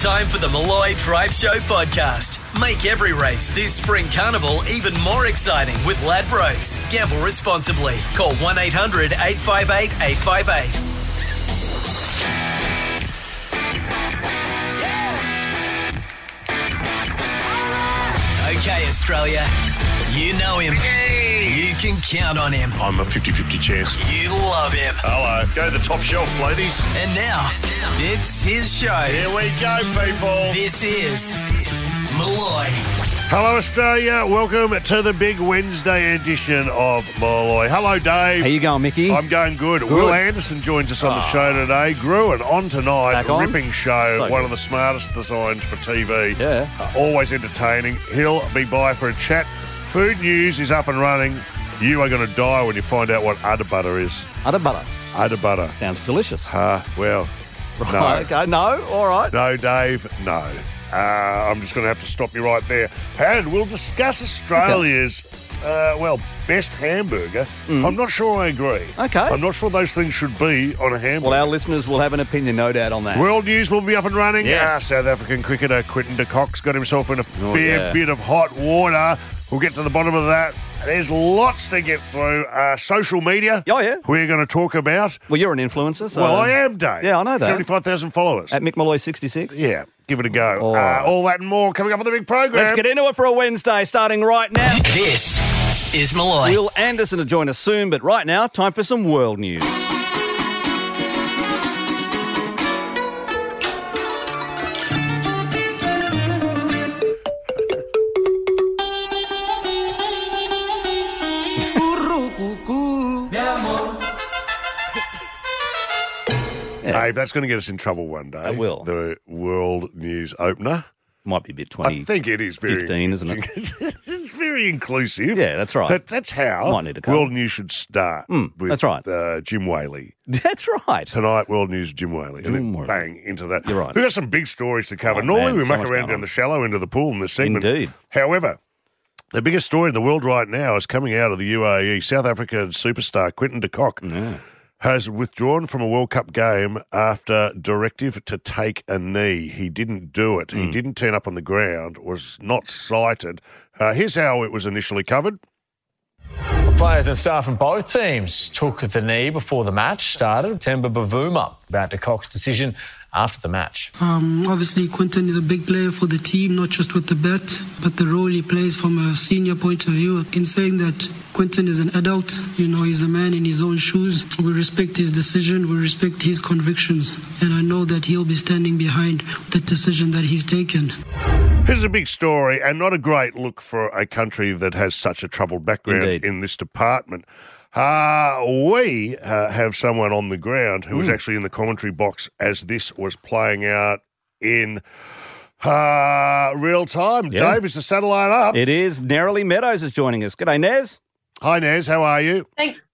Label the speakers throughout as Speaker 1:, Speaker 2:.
Speaker 1: Time for the Malloy Drive Show podcast. Make every race this spring carnival even more exciting with Ladbrokes. Gamble responsibly. Call 1 800 858 858. Okay, Australia. You know him. You can count on him.
Speaker 2: I'm a 50 50 chance.
Speaker 1: You love him.
Speaker 2: Hello. Go to the top shelf, ladies.
Speaker 1: And now, it's his show.
Speaker 2: Here we go, people.
Speaker 1: This is Malloy.
Speaker 2: Hello, Australia. Welcome to the big Wednesday edition of Molloy. Hello, Dave.
Speaker 3: How you going, Mickey?
Speaker 2: I'm going good. Will Anderson joins us on the show today. Grew and on tonight.
Speaker 3: Ah. Back on?
Speaker 2: Ripping show.
Speaker 3: So
Speaker 2: one
Speaker 3: good.
Speaker 2: of the smartest designs for TV.
Speaker 3: Yeah.
Speaker 2: Uh, always entertaining. He'll be by for a chat. Food news is up and running. You are going to die when you find out what udder butter is.
Speaker 3: Butter butter.
Speaker 2: Udder butter.
Speaker 3: Sounds delicious.
Speaker 2: Ah, well, no.
Speaker 3: Okay, no, all right.
Speaker 2: No, Dave, no. Uh, I'm just going to have to stop you right there. And we'll discuss Australia's, uh, well, best hamburger. I'm not sure I agree.
Speaker 3: Mm-hmm. Okay.
Speaker 2: I'm not sure those things should be on a hamburger.
Speaker 3: Well, our listeners will have an opinion, no doubt, on that.
Speaker 2: World news will be up and running.
Speaker 3: Yes.
Speaker 2: Ah, South African cricketer Quinton de Cox got himself in a
Speaker 3: Oh,
Speaker 2: fair
Speaker 3: yeah.
Speaker 2: bit of hot water. We'll get to the bottom of that. There's lots to get through. Uh, social media.
Speaker 3: Oh, yeah.
Speaker 2: We're going to talk about.
Speaker 3: well, you're an influencer, so.
Speaker 2: well, I am, Dave.
Speaker 3: Yeah, I know that.
Speaker 2: 75,000 followers.
Speaker 3: At Mick Malloy 66.
Speaker 2: Yeah, give it a go.
Speaker 3: All
Speaker 2: uh,
Speaker 3: right.
Speaker 2: all that and more coming up on the big program.
Speaker 3: Let's get into it for a Wednesday, starting right now.
Speaker 1: This is Malloy.
Speaker 3: Will Anderson to join us soon, but right now, time for some world news.
Speaker 2: Dave, that's going to get us in trouble one day.
Speaker 3: It will.
Speaker 2: The world news opener.
Speaker 3: Might be a bit 20.
Speaker 2: I think it is very
Speaker 3: 15, isn't it?
Speaker 2: it's very inclusive.
Speaker 3: Yeah, that's right.
Speaker 2: That, that's how
Speaker 3: Might need a couple.
Speaker 2: world news should start. with,
Speaker 3: that's right.
Speaker 2: Uh, Jim Whaley
Speaker 3: That's right.
Speaker 2: tonight. World news, Jim Whaley, and then
Speaker 3: Whaley.
Speaker 2: bang into that.
Speaker 3: You're right.
Speaker 2: We've got some big stories to cover.
Speaker 3: Oh,
Speaker 2: Normally
Speaker 3: man,
Speaker 2: we
Speaker 3: so
Speaker 2: muck
Speaker 3: much
Speaker 2: around
Speaker 3: going
Speaker 2: down
Speaker 3: on.
Speaker 2: the shallow end of the pool in this segment.
Speaker 3: Indeed.
Speaker 2: However, the biggest story in the world right now is coming out of the UAE. South African superstar Quinton de Kock has withdrawn from a World Cup game after directive to take a knee. He didn't do it.
Speaker 3: Mm.
Speaker 2: He didn't turn up on the ground. Was not cited. Uh, here's how it was initially covered.
Speaker 4: Players and staff from both teams took the knee before the match started. Temba Bavuma about to Cox's decision after the match.
Speaker 5: Um, obviously, Quinton is a big player for the team, not just with the bat, but the role he plays from a senior point of view. In saying that Quinton is an adult, you know, he's a man in his own shoes. We respect his decision, we respect his convictions, and I know that he'll be standing behind the decision that he's taken.
Speaker 2: Here's a big story and not a great look for a country that has such a troubled background
Speaker 3: Indeed.
Speaker 2: in this department. Uh, we uh, have someone on the ground who was
Speaker 3: Hmm.
Speaker 2: actually in the commentary box as this was playing out in uh, real time.
Speaker 3: Yeah.
Speaker 2: Dave, is the satellite up?
Speaker 3: It is. Narrowly Meadows is joining us. G'day, Nez.
Speaker 2: Hi, Naz. How are you?
Speaker 6: Thanks.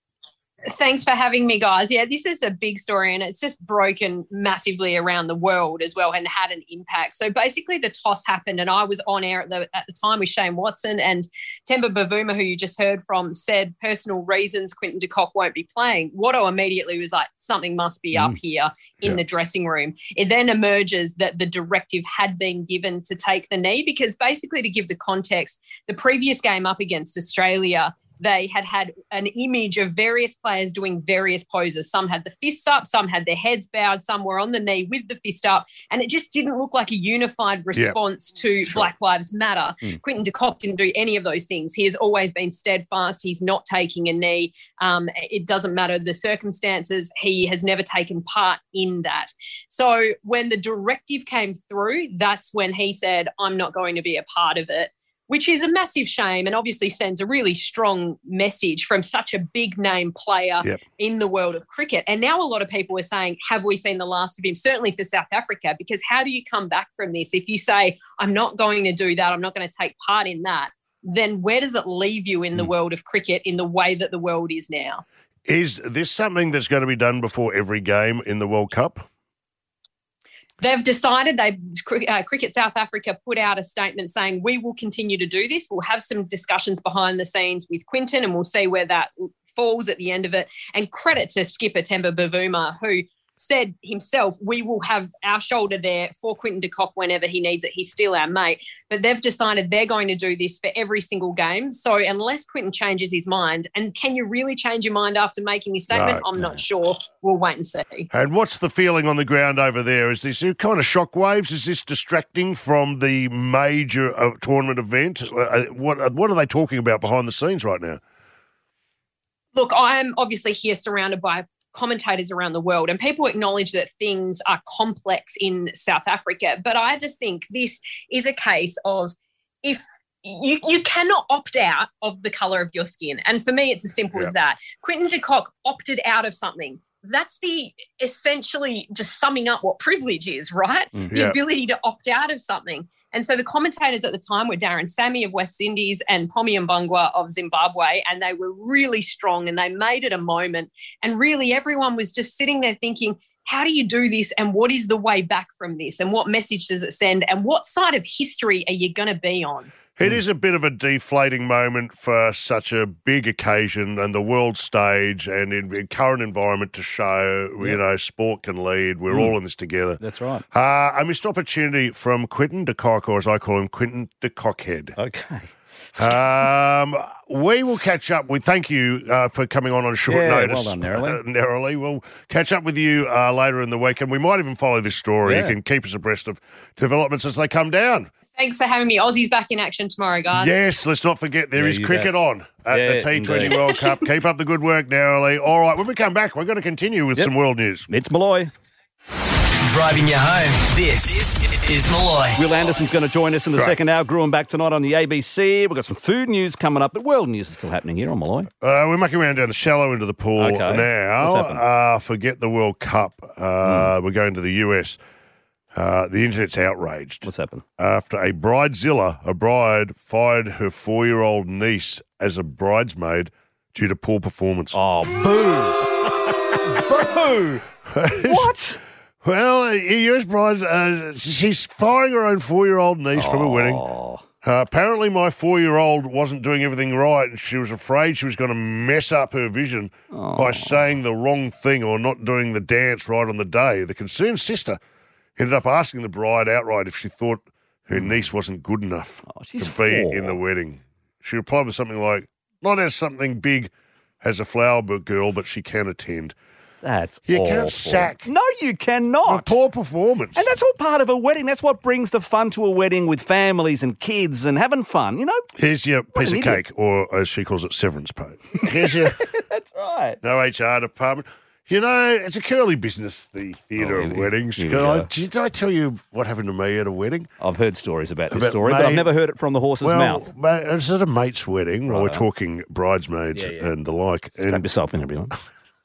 Speaker 6: Thanks for having me, guys. Yeah, this is a big story and it's just broken massively around the world as well and had an impact. So basically, the toss happened, and I was on air at the, at the time with Shane Watson and Temba Bavuma, who you just heard from, said personal reasons Quinton de Kock won't be playing. Watto immediately was like, something must be up here in
Speaker 2: Yeah.
Speaker 6: the dressing room. It then emerges that the directive had been given to take the knee because basically, to give the context, the previous game up against Australia, they had had an image of various players doing various poses. Some had the fists up, some had their heads bowed, some were on the knee with the fist up. And it just didn't look like a unified response to
Speaker 2: Sure.
Speaker 6: Black Lives Matter. Quinton de Kock didn't do any of those things. He has always been steadfast. He's not taking a knee. Um, it doesn't matter the circumstances. He has never taken part in that. So when the directive came through, that's when he said, I'm not going to be a part of it which is a massive shame and obviously sends a really strong message from such a big name player
Speaker 2: Yep.
Speaker 6: in the world of cricket. And now a lot of people are saying, Have we seen the last of him? Certainly for South Africa, because how do you come back from this? If you say, I'm not going to do that, I'm not going to take part in that, then where does it leave you in the world of cricket in the way that the world is now?
Speaker 2: Is this something that's going to be done before every game in the World Cup?
Speaker 6: They've decided they Cri- uh, Cricket South Africa put out a statement saying we will continue to do this. We'll have some discussions behind the scenes with Quinton, and we'll see where that falls at the end of it. And credit to skipper Temba Bavuma who. said himself, we will have our shoulder there for Quinton de Kock whenever he needs it. He's still our mate. But they've decided they're going to do this for every single game. So unless Quinton changes his mind, and can you really change your mind after making this statement?
Speaker 2: No,
Speaker 6: I'm not sure. We'll wait and see.
Speaker 2: And what's the feeling on the ground over there? Is this kind of shockwaves? Is this distracting from the major uh, tournament event? Uh, What uh, what are they talking about behind the scenes right now?
Speaker 6: look, I'm obviously here surrounded by commentators around the world, and people acknowledge that things are complex in South Africa. But I just think this is a case of if you, you cannot opt out of the color of your skin. And for me, it's as simple
Speaker 2: Yeah.
Speaker 6: as that. Quentin de Kock opted out of something. That's the essentially just summing up what privilege is, right? the
Speaker 2: Mm. Yeah.
Speaker 6: ability to opt out of something. And so the commentators at the time were Darren Sammy of West Indies and Pommy Mbangwa of Zimbabwe, and they were really strong and they made it a moment. And really, everyone was just sitting there thinking, how do you do this? And what is the way back from this? And what message does it send? And what side of history are you going to be on?
Speaker 2: It is a bit of a deflating moment for such a big occasion and the world stage and in, in current environment to show, you know, sport can lead. We're all in this together.
Speaker 3: That's right.
Speaker 2: Uh, a missed opportunity from Quinton de Kock, or as I call him, Quinton de Cockhead.
Speaker 3: Okay.
Speaker 2: Um, we will catch up with. Thank you uh, for coming on on short
Speaker 3: Yeah, well
Speaker 2: notice.
Speaker 3: done, Neroli.
Speaker 2: Uh, Neroli. We'll catch up with you uh, later in the week, and we might even follow this story.
Speaker 3: Yeah.
Speaker 2: You can keep us abreast of developments as they come down.
Speaker 6: Thanks for having me. Aussie's back in action tomorrow, guys.
Speaker 2: Yes, let's not forget there
Speaker 3: Yeah,
Speaker 2: is
Speaker 3: you
Speaker 2: cricket
Speaker 3: bet.
Speaker 2: on at
Speaker 3: Yeah,
Speaker 2: the T20
Speaker 3: indeed.
Speaker 2: World Cup. Keep up the good work, Neroli. All right, when we come back, we're going to continue with
Speaker 3: Yep.
Speaker 2: some world news.
Speaker 3: It's Malloy.
Speaker 1: Driving you home, this, is Malloy.
Speaker 3: Will Anderson's going to join us in the
Speaker 2: Right.
Speaker 3: second hour. Gruen back tonight on the ABC. We've got some food news coming up, but world news is still happening here on Malloy.
Speaker 2: Uh, we're mucking around down the shallow into the pool
Speaker 3: Okay.
Speaker 2: now.
Speaker 3: What's happened? Hmm.
Speaker 2: Uh, forget the World Cup. Uh, We're going to the US. Uh, the internet's outraged.
Speaker 3: What's happened?
Speaker 2: after a bridezilla, a bride, fired her four year old niece as a bridesmaid due to poor performance.
Speaker 3: Oh, boo. boo. What?
Speaker 2: Well, US brides, uh, she's firing her own four year old niece from a wedding.
Speaker 3: Oh,
Speaker 2: Uh, apparently, my four year old wasn't doing everything right and she was afraid she was going to mess up her vision
Speaker 3: Oh.
Speaker 2: by saying the wrong thing or not doing the dance right on the day. The concerned sister ended up asking the bride outright if she thought her
Speaker 3: Hmm.
Speaker 2: niece wasn't good enough
Speaker 3: Oh, she's
Speaker 2: to be
Speaker 3: four.
Speaker 2: in the wedding. She replied with something like, Not as something big as a flower bu- girl, but she can attend.
Speaker 3: that's
Speaker 2: You can't
Speaker 3: awful.
Speaker 2: sack.
Speaker 3: No, you
Speaker 2: A
Speaker 3: cannot.
Speaker 2: poor performance.
Speaker 3: And that's all part of a wedding. That's what brings the fun to a wedding with families and kids and having fun, you know?
Speaker 2: Here's your piece
Speaker 3: an
Speaker 2: of
Speaker 3: idiot.
Speaker 2: cake, or as she calls it, severance pay. Here's your.
Speaker 3: That's right.
Speaker 2: no HR department. You know, it's a curly business, the theatre
Speaker 3: Oh,
Speaker 2: of
Speaker 3: here-
Speaker 2: weddings.
Speaker 3: here we
Speaker 2: Can I-
Speaker 3: go.
Speaker 2: did I tell you what happened to me at a wedding?
Speaker 3: I've heard stories about this
Speaker 2: But
Speaker 3: story, but I've
Speaker 2: mate-
Speaker 3: never heard it from the horse's mouth. Uh-huh.
Speaker 2: ma- it was at a mate's wedding. Well, we're talking bridesmaids
Speaker 3: Yeah, yeah.
Speaker 2: and the like.
Speaker 3: Strap
Speaker 2: And,
Speaker 3: yourself in, everyone.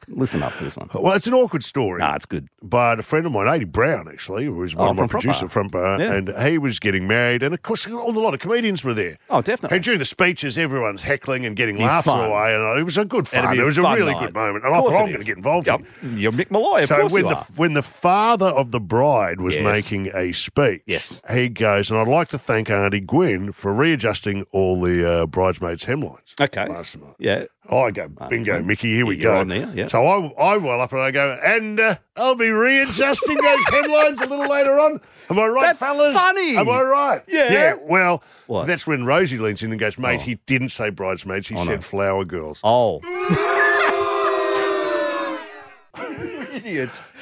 Speaker 3: Listen up for this one.
Speaker 2: well, it's an awkward story.
Speaker 3: Nah, it's good.
Speaker 2: But a friend of mine, Adi Brown, actually, who was one
Speaker 3: Oh,
Speaker 2: of my
Speaker 3: from Front
Speaker 2: producers
Speaker 3: Bar.
Speaker 2: from Bar,
Speaker 3: Yeah.
Speaker 2: and he was getting married. And of course, a lot of comedians were there.
Speaker 3: Oh, definitely.
Speaker 2: And during the speeches, everyone's heckling and getting
Speaker 3: Be
Speaker 2: laughs
Speaker 3: fun.
Speaker 2: away. And it was a good
Speaker 3: That'd
Speaker 2: fun.
Speaker 3: be
Speaker 2: It was a
Speaker 3: fun
Speaker 2: really
Speaker 3: night.
Speaker 2: good moment. And I
Speaker 3: Of course
Speaker 2: thought,
Speaker 3: it
Speaker 2: I'm going to
Speaker 3: is.
Speaker 2: get involved
Speaker 3: Yep.
Speaker 2: in it.
Speaker 3: You're Mick Malloy, of
Speaker 2: so
Speaker 3: course
Speaker 2: when
Speaker 3: you
Speaker 2: the
Speaker 3: are.
Speaker 2: when the father of the bride was
Speaker 3: Yes.
Speaker 2: making a speech,
Speaker 3: Yes.
Speaker 2: he goes, and I'd like to thank Auntie Gwen for readjusting all the uh, bridesmaids' hemlines.
Speaker 3: Okay.
Speaker 2: Last night.
Speaker 3: Yeah.
Speaker 2: Oh, I go, bingo,
Speaker 3: Okay.
Speaker 2: Mickey, here we
Speaker 3: You're
Speaker 2: go.
Speaker 3: on there, yeah.
Speaker 2: So I, I well up and I go, and uh, I'll be readjusting those headlines a little later on. Am I right,
Speaker 3: That's
Speaker 2: fellas?
Speaker 3: funny.
Speaker 2: Am I right?
Speaker 3: Yeah.
Speaker 2: Yeah, well,
Speaker 3: What?
Speaker 2: that's when Rosie leans in and goes, mate, he didn't say bridesmaids, he said flower girls.
Speaker 3: Oh.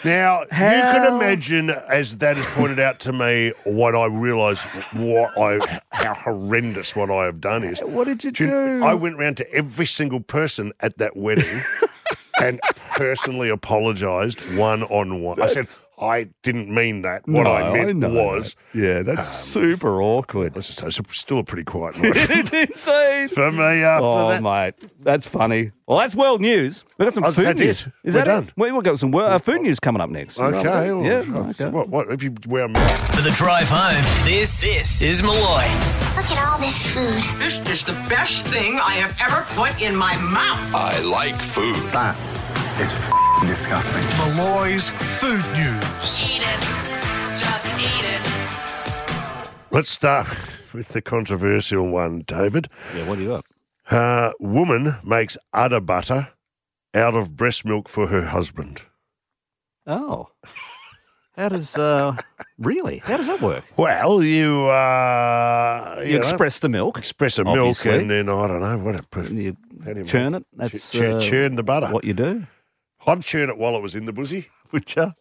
Speaker 2: Now, you can
Speaker 3: How-
Speaker 2: imagine, as that is pointed out to me, what I realise, what I, how horrendous what I have done is.
Speaker 3: What did you
Speaker 2: Do you-
Speaker 3: do?
Speaker 2: I went round to every single person at that wedding and personally apologised one on one. I said, I didn't mean that. What I meant was. um,
Speaker 3: Yeah, that's super awkward.
Speaker 2: This is still a pretty quiet night
Speaker 3: Indeed.
Speaker 2: for me after
Speaker 3: Oh,
Speaker 2: that.
Speaker 3: mate, that's funny. Well, that's world news. We've got some
Speaker 2: Oh,
Speaker 3: food
Speaker 2: that is.
Speaker 3: news. Is
Speaker 2: We're
Speaker 3: that
Speaker 2: done.
Speaker 3: It? Well, we've got some wor- uh, food news coming up next.
Speaker 2: Okay. well,
Speaker 3: Yeah.
Speaker 2: uh,
Speaker 3: okay.
Speaker 2: What? What? If you wear a
Speaker 1: For the drive home, this, this is Malloy.
Speaker 7: Look at all this food.
Speaker 8: This is the best thing I have ever put in my mouth.
Speaker 9: Uh,
Speaker 10: I like food.
Speaker 11: That is f disgusting.
Speaker 10: Malloy's Food News.
Speaker 2: let's start with the controversial one, David.
Speaker 3: Yeah. What do you got?
Speaker 2: Uh, woman makes udder butter out of breast milk for her husband.
Speaker 3: Oh. How does, uh, really? How does that work?
Speaker 2: Well, you uh,
Speaker 3: You express the milk.
Speaker 2: express the milk,
Speaker 3: obviously.
Speaker 2: and then I don't know what it.
Speaker 3: You
Speaker 2: How do you
Speaker 3: churn
Speaker 2: make-
Speaker 3: it. That's
Speaker 2: churn,
Speaker 3: uh,
Speaker 2: churn the butter.
Speaker 3: what you do.
Speaker 2: I'd churn it while it was in the buzzy.
Speaker 3: Would you?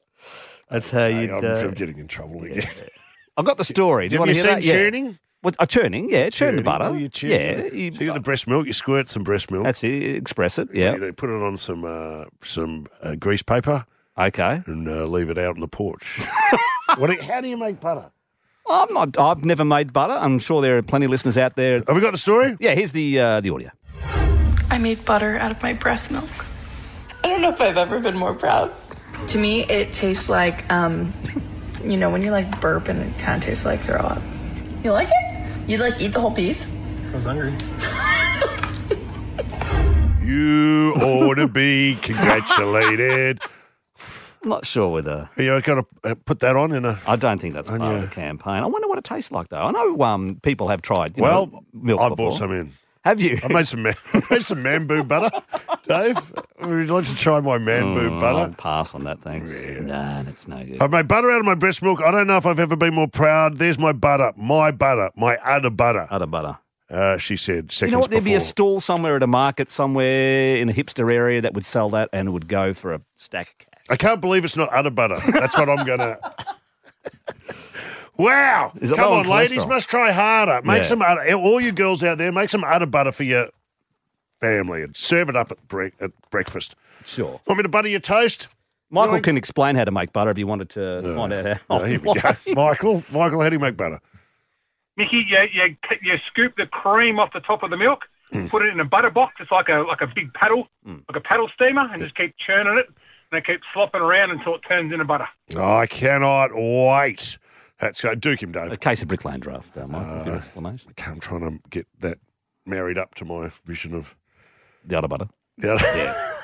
Speaker 3: That's how
Speaker 2: Hey,
Speaker 3: you'd.
Speaker 2: I'm,
Speaker 3: Uh,
Speaker 2: I'm getting in trouble again.
Speaker 3: I've got the story. Do you
Speaker 2: Have
Speaker 3: want
Speaker 2: you
Speaker 3: to hear
Speaker 2: seen
Speaker 3: that? Yeah.
Speaker 2: churning?
Speaker 3: What, uh, churning, yeah, churn the
Speaker 2: Churning.
Speaker 3: butter.
Speaker 2: Oh, you churn
Speaker 3: yeah,
Speaker 2: it.
Speaker 3: you- uh,
Speaker 2: so you got the breast milk. You squirt some breast milk.
Speaker 3: that's it. Express it.
Speaker 2: You
Speaker 3: Yeah.
Speaker 2: know, put it on some uh, some uh, grease paper
Speaker 3: Okay.
Speaker 2: and uh, leave it out on the porch. what? do you- How do you make butter?
Speaker 3: I'm not. I've never made butter. I'm sure there are plenty of listeners out there.
Speaker 2: Have we got the story?
Speaker 3: Yeah. Here's the uh, the audio.
Speaker 12: I made butter out of my breast milk. I don't know if I've ever been more proud. To me, it tastes like, um, you know, when you like burp and it kind of tastes like throw up. You like it? You like eat the whole piece?
Speaker 2: You ought to be congratulated.
Speaker 3: I'm not sure whether.
Speaker 2: Are you going to uh, put that on in a?
Speaker 3: I don't think that's part of
Speaker 2: yeah.
Speaker 3: the campaign. I wonder what it tastes like though. I know um, people have tried. You
Speaker 2: Well,
Speaker 3: know, milk
Speaker 2: I
Speaker 3: before.
Speaker 2: bought some in.
Speaker 3: Have you?
Speaker 2: I made some ma- made some bamboo butter, Dave. Would you like to try my bamboo
Speaker 3: Mm, I'll
Speaker 2: butter? Oh.
Speaker 3: pass on that. Thanks. Nah, that's no good.
Speaker 2: I've made butter out of my breast milk. I don't know if I've ever been more proud. There's my butter, my butter, my other butter.
Speaker 3: Out of butter.
Speaker 2: Uh, she said seconds
Speaker 3: You know what? There'd be a
Speaker 2: before.
Speaker 3: stall somewhere at a market somewhere in a hipster area that would sell that and it would go for a stack of cash.
Speaker 2: I can't believe it's not udder butter. That's what I'm gonna. Wow!
Speaker 3: Is it
Speaker 2: Come
Speaker 3: low
Speaker 2: on,
Speaker 3: in
Speaker 2: ladies,
Speaker 3: cholesterol?
Speaker 2: must try harder. Make
Speaker 3: Yeah.
Speaker 2: some udder. All you girls out there, make some udder butter for your family and serve it up at, bre- at breakfast.
Speaker 3: Sure.
Speaker 2: Want me to butter your toast?
Speaker 3: Michael
Speaker 2: Yoink.
Speaker 3: can explain how to make butter if you wanted to find out how.
Speaker 2: Oh, here we go. Michael, Michael, how do you make butter?
Speaker 9: Mickey, you, you, you scoop the cream off the top of the milk, put it in a butter box. It's like a like a big paddle, like a paddle steamer, and just keep churning it. And they keep slopping around until it turns into butter.
Speaker 2: I cannot wait. That's go. Duke him, Dave.
Speaker 3: A case of Brick Lane draft, uh, Michael. good explanation.
Speaker 2: I'm trying to get that married up to my vision of
Speaker 3: The other butter.
Speaker 2: the udder.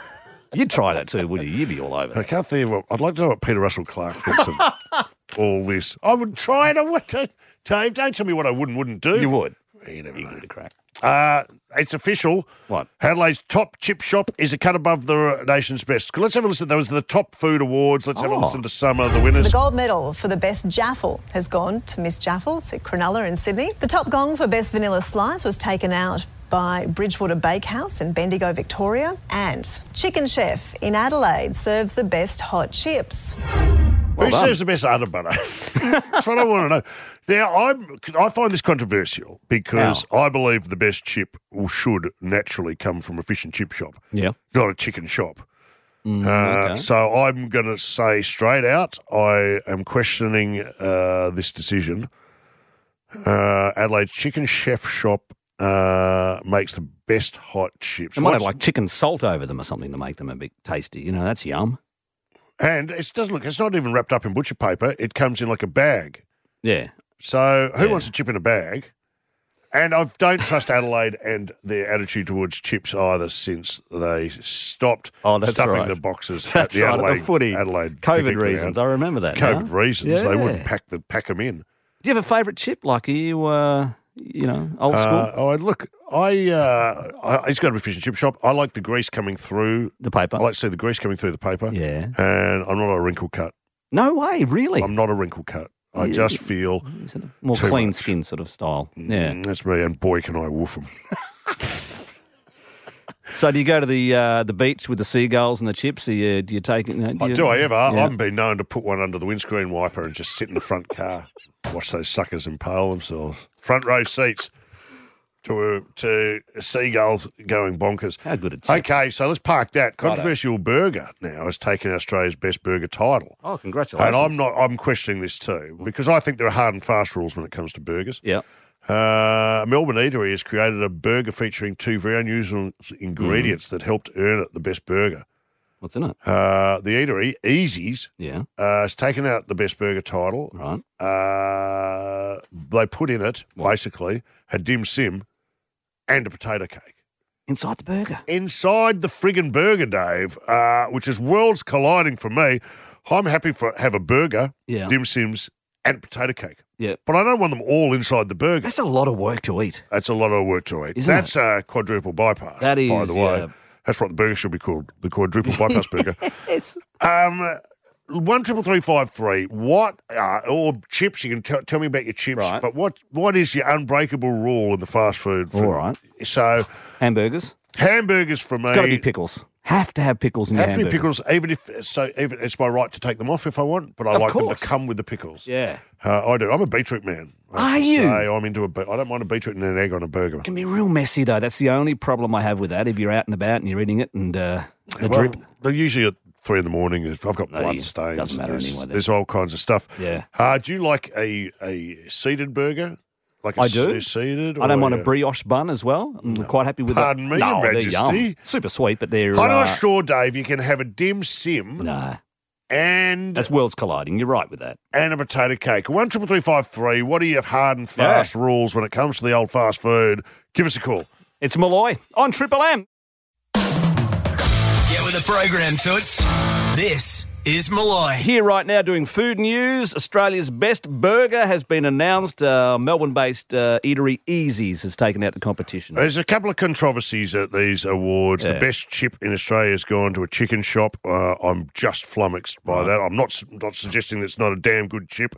Speaker 3: You'd try that too, would you? You'd be all over.
Speaker 2: I
Speaker 3: that.
Speaker 2: can't think of what. I'd like to know what Peter Russell Clark thinks of all this. I would try it. I would. Dave, don't tell me what I would and wouldn't do.
Speaker 3: You would.
Speaker 2: You never
Speaker 3: You
Speaker 2: know.
Speaker 3: give it a crack.
Speaker 2: Uh, it's official.
Speaker 3: What?
Speaker 2: Adelaide's top chip shop is a cut above the nation's best. Let's have a listen. That was the top food awards. Let's have a
Speaker 3: Oh.
Speaker 2: listen to some of the winners.
Speaker 12: gold medal for the best jaffle has gone to Miss Jaffles at Cronulla in Sydney. The top gong for best vanilla slice was taken out by Bridgewater Bakehouse in Bendigo, Victoria. And Chicken Chef in Adelaide serves the best hot chips.
Speaker 2: Who
Speaker 3: done.
Speaker 2: serves the best udder butter? That's what I want to know. Now, I'm, I find this controversial because I believe the best chip will, should naturally come from a fish and chip shop,
Speaker 3: Yeah.
Speaker 2: not a chicken shop. Uh,
Speaker 3: Mm, okay.
Speaker 2: So I'm going to say straight out, I am questioning uh, this decision. Uh, Adelaide's Chicken Chef Shop uh, makes the best hot chips.
Speaker 3: They might have
Speaker 2: What's-
Speaker 3: like chicken salt over them or something to make them a bit tasty. You know, that's yum.
Speaker 2: and it doesn't look. It's not even wrapped up in butcher paper. It comes in like a bag.
Speaker 3: Yeah.
Speaker 2: So who
Speaker 3: Yeah.
Speaker 2: wants a chip in a bag? And I don't trust Adelaide and their attitude towards chips either since they stopped
Speaker 3: Oh, that's
Speaker 2: stuffing
Speaker 3: right.
Speaker 2: the boxes at
Speaker 3: That's
Speaker 2: the
Speaker 3: right, at the
Speaker 2: Adelaide,
Speaker 3: footy.
Speaker 2: Adelaide
Speaker 3: COVID
Speaker 2: cricket
Speaker 3: reasons. I
Speaker 2: ground.
Speaker 3: remember that. now.
Speaker 2: COVID reasons. They wouldn't
Speaker 3: Yeah.
Speaker 2: pack the pack them in.
Speaker 3: Do you have a favourite chip? Like, are you, uh, you know, old school?
Speaker 2: Uh, oh, and look, I, uh, I it's got to be a fish and chip shop. I like the grease coming through.
Speaker 3: the paper.
Speaker 2: I like to see the grease coming through the paper.
Speaker 3: Yeah.
Speaker 2: And I'm not a wrinkle cut.
Speaker 3: No way, really.
Speaker 2: I'm not a wrinkle cut. I
Speaker 3: Yeah.
Speaker 2: just feel
Speaker 3: Is it a more
Speaker 2: Too
Speaker 3: clean
Speaker 2: much.
Speaker 3: skin sort of style. Yeah.
Speaker 2: mm, that's me. And boy, can I woof them.
Speaker 3: So do you go to the uh, the beach with the seagulls and the chips? Or you, do you take it? You know, do,
Speaker 2: Oh,
Speaker 3: you-
Speaker 2: do I ever? I
Speaker 3: Yeah.
Speaker 2: haven't been known to put one under the windscreen wiper and just sit in the front car, watch those suckers impale themselves. Front row seats to to seagulls going bonkers.
Speaker 3: How good are chips?
Speaker 2: Okay, so let's park that. Controversial burger now has taken Australia's best burger title.
Speaker 3: Oh, congratulations.
Speaker 2: And I'm not. I'm questioning this too because I think there are hard and fast rules when it comes to burgers.
Speaker 3: Yeah.
Speaker 2: Uh, Melbourne Eatery has created a burger featuring two very unusual
Speaker 3: Mm.
Speaker 2: ingredients that helped earn it the best burger.
Speaker 3: What's in it?
Speaker 2: Uh, the eatery Easy's
Speaker 3: Yeah.
Speaker 2: uh, has taken out the best burger title.
Speaker 3: Right.
Speaker 2: Uh, they put in it basically a dim sim and a potato cake
Speaker 3: Inside the burger.
Speaker 2: inside the friggin' burger, Dave, uh, which is worlds colliding for me. I'm happy for have a burger,
Speaker 3: Yeah.
Speaker 2: dim sims, and potato cake,
Speaker 3: Yeah.
Speaker 2: but I don't want them all inside the burger.
Speaker 3: That's a lot of work to eat.
Speaker 2: That's a lot of work to eat.
Speaker 3: Isn't
Speaker 2: That's a quadruple bypass.
Speaker 3: That
Speaker 2: by
Speaker 3: is,
Speaker 2: the way.
Speaker 3: yeah.
Speaker 2: That's what the burger should be called, the quadruple bypass burger.
Speaker 3: It's
Speaker 2: Um, one triple three five three. What are or chips? You can t- tell me about your chips.
Speaker 3: Right.
Speaker 2: But what what is your unbreakable rule in the fast food?
Speaker 3: All right.
Speaker 2: So
Speaker 3: Hamburgers.
Speaker 2: hamburgers for me.
Speaker 3: It's got to be pickles. Have to have pickles in your
Speaker 2: Have to be
Speaker 3: hamburger.
Speaker 2: pickles, even if so. Even it's my right to take them off if I want, but I
Speaker 3: Of
Speaker 2: like them
Speaker 3: course.
Speaker 2: to come with the pickles.
Speaker 3: Yeah.
Speaker 2: Uh, I do. I'm a beetroot man. I
Speaker 3: Are
Speaker 2: have to
Speaker 3: you?
Speaker 2: say. I'm into a. Be- I don't mind a beetroot and an egg on a burger.
Speaker 3: Can be real messy though. That's the only problem I have with that. If you're out and about and you're eating it and uh, the
Speaker 2: Well,
Speaker 3: drip.
Speaker 2: They're usually at three in the morning. I've got
Speaker 3: No,
Speaker 2: blood
Speaker 3: you-
Speaker 2: stains.
Speaker 3: doesn't matter
Speaker 2: there's,
Speaker 3: anyway then.
Speaker 2: There's all kinds of stuff.
Speaker 3: Yeah.
Speaker 2: Uh, do you like a a seated burger? Like a
Speaker 3: I do.
Speaker 2: s- a seated.
Speaker 3: I don't want a
Speaker 2: a-
Speaker 3: brioche bun as well. I'm quite happy with
Speaker 2: Oh, Pardon
Speaker 3: that.
Speaker 2: me,
Speaker 3: no,
Speaker 2: Your
Speaker 3: they're yum.
Speaker 2: Majesty.
Speaker 3: Super sweet, but they're.
Speaker 2: I'm
Speaker 3: uh,
Speaker 2: not sure, Dave. You can have a dim sim
Speaker 3: Nah,
Speaker 2: and
Speaker 3: that's worlds colliding. You're right with that.
Speaker 2: and a potato cake. One triple three five three. What are your hard and fast rules when it comes to the old fast food? Give us a call.
Speaker 3: It's Malloy on Triple M.
Speaker 1: Get with the program, Toots. This is Malloy.
Speaker 3: Here right now doing food news. Australia's best burger has been announced. Uh, Melbourne-based uh, eatery Easy's has taken out the competition.
Speaker 2: There's a couple of controversies at these awards. The
Speaker 3: Yeah.
Speaker 2: best chip in Australia has gone to a chicken shop. Uh, I'm just flummoxed by
Speaker 3: Uh-huh.
Speaker 2: that. I'm not s- not suggesting it's not a damn good chip,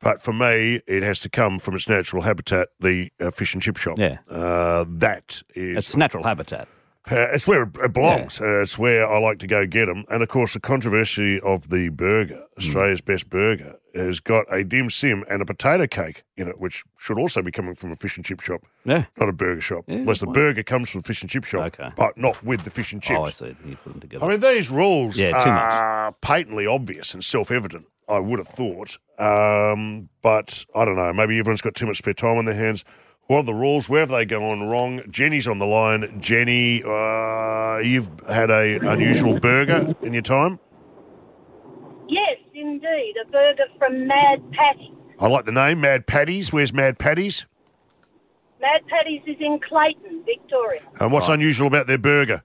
Speaker 2: but for me, it has to come from its natural habitat, the uh, fish and chip shop.
Speaker 3: Yeah.
Speaker 2: uh, that is
Speaker 3: It's natural habitat.
Speaker 2: Uh, it's where it belongs. Uh, it's where I like to go get them. And of course, the controversy of the burger,
Speaker 3: Hmm.
Speaker 2: Australia's best burger, has got a dim sim and a potato cake in it, which should also be coming from a fish and chip shop,
Speaker 3: Yeah.
Speaker 2: not a burger shop. unless the burger comes from a fish and chip shop,
Speaker 3: Okay.
Speaker 2: but not with the fish and chips.
Speaker 3: Oh, I see. You put them together.
Speaker 2: I mean, these rules
Speaker 3: Yeah, too much.
Speaker 2: are patently obvious and self evident, I would have thought. Um, but I don't know. Maybe everyone's got too much spare time on their hands. What are the rules? Where have they gone wrong? Jenny's on the line. Jenny, uh, you've had a unusual burger in your time.
Speaker 13: Yes, indeed. A burger from Mad Patty.
Speaker 2: I like the name, Mad Patties. Where's Mad Patties?
Speaker 13: Mad Patty's is in Clayton, Victoria.
Speaker 2: And what's
Speaker 3: Oh.
Speaker 2: unusual about their burger?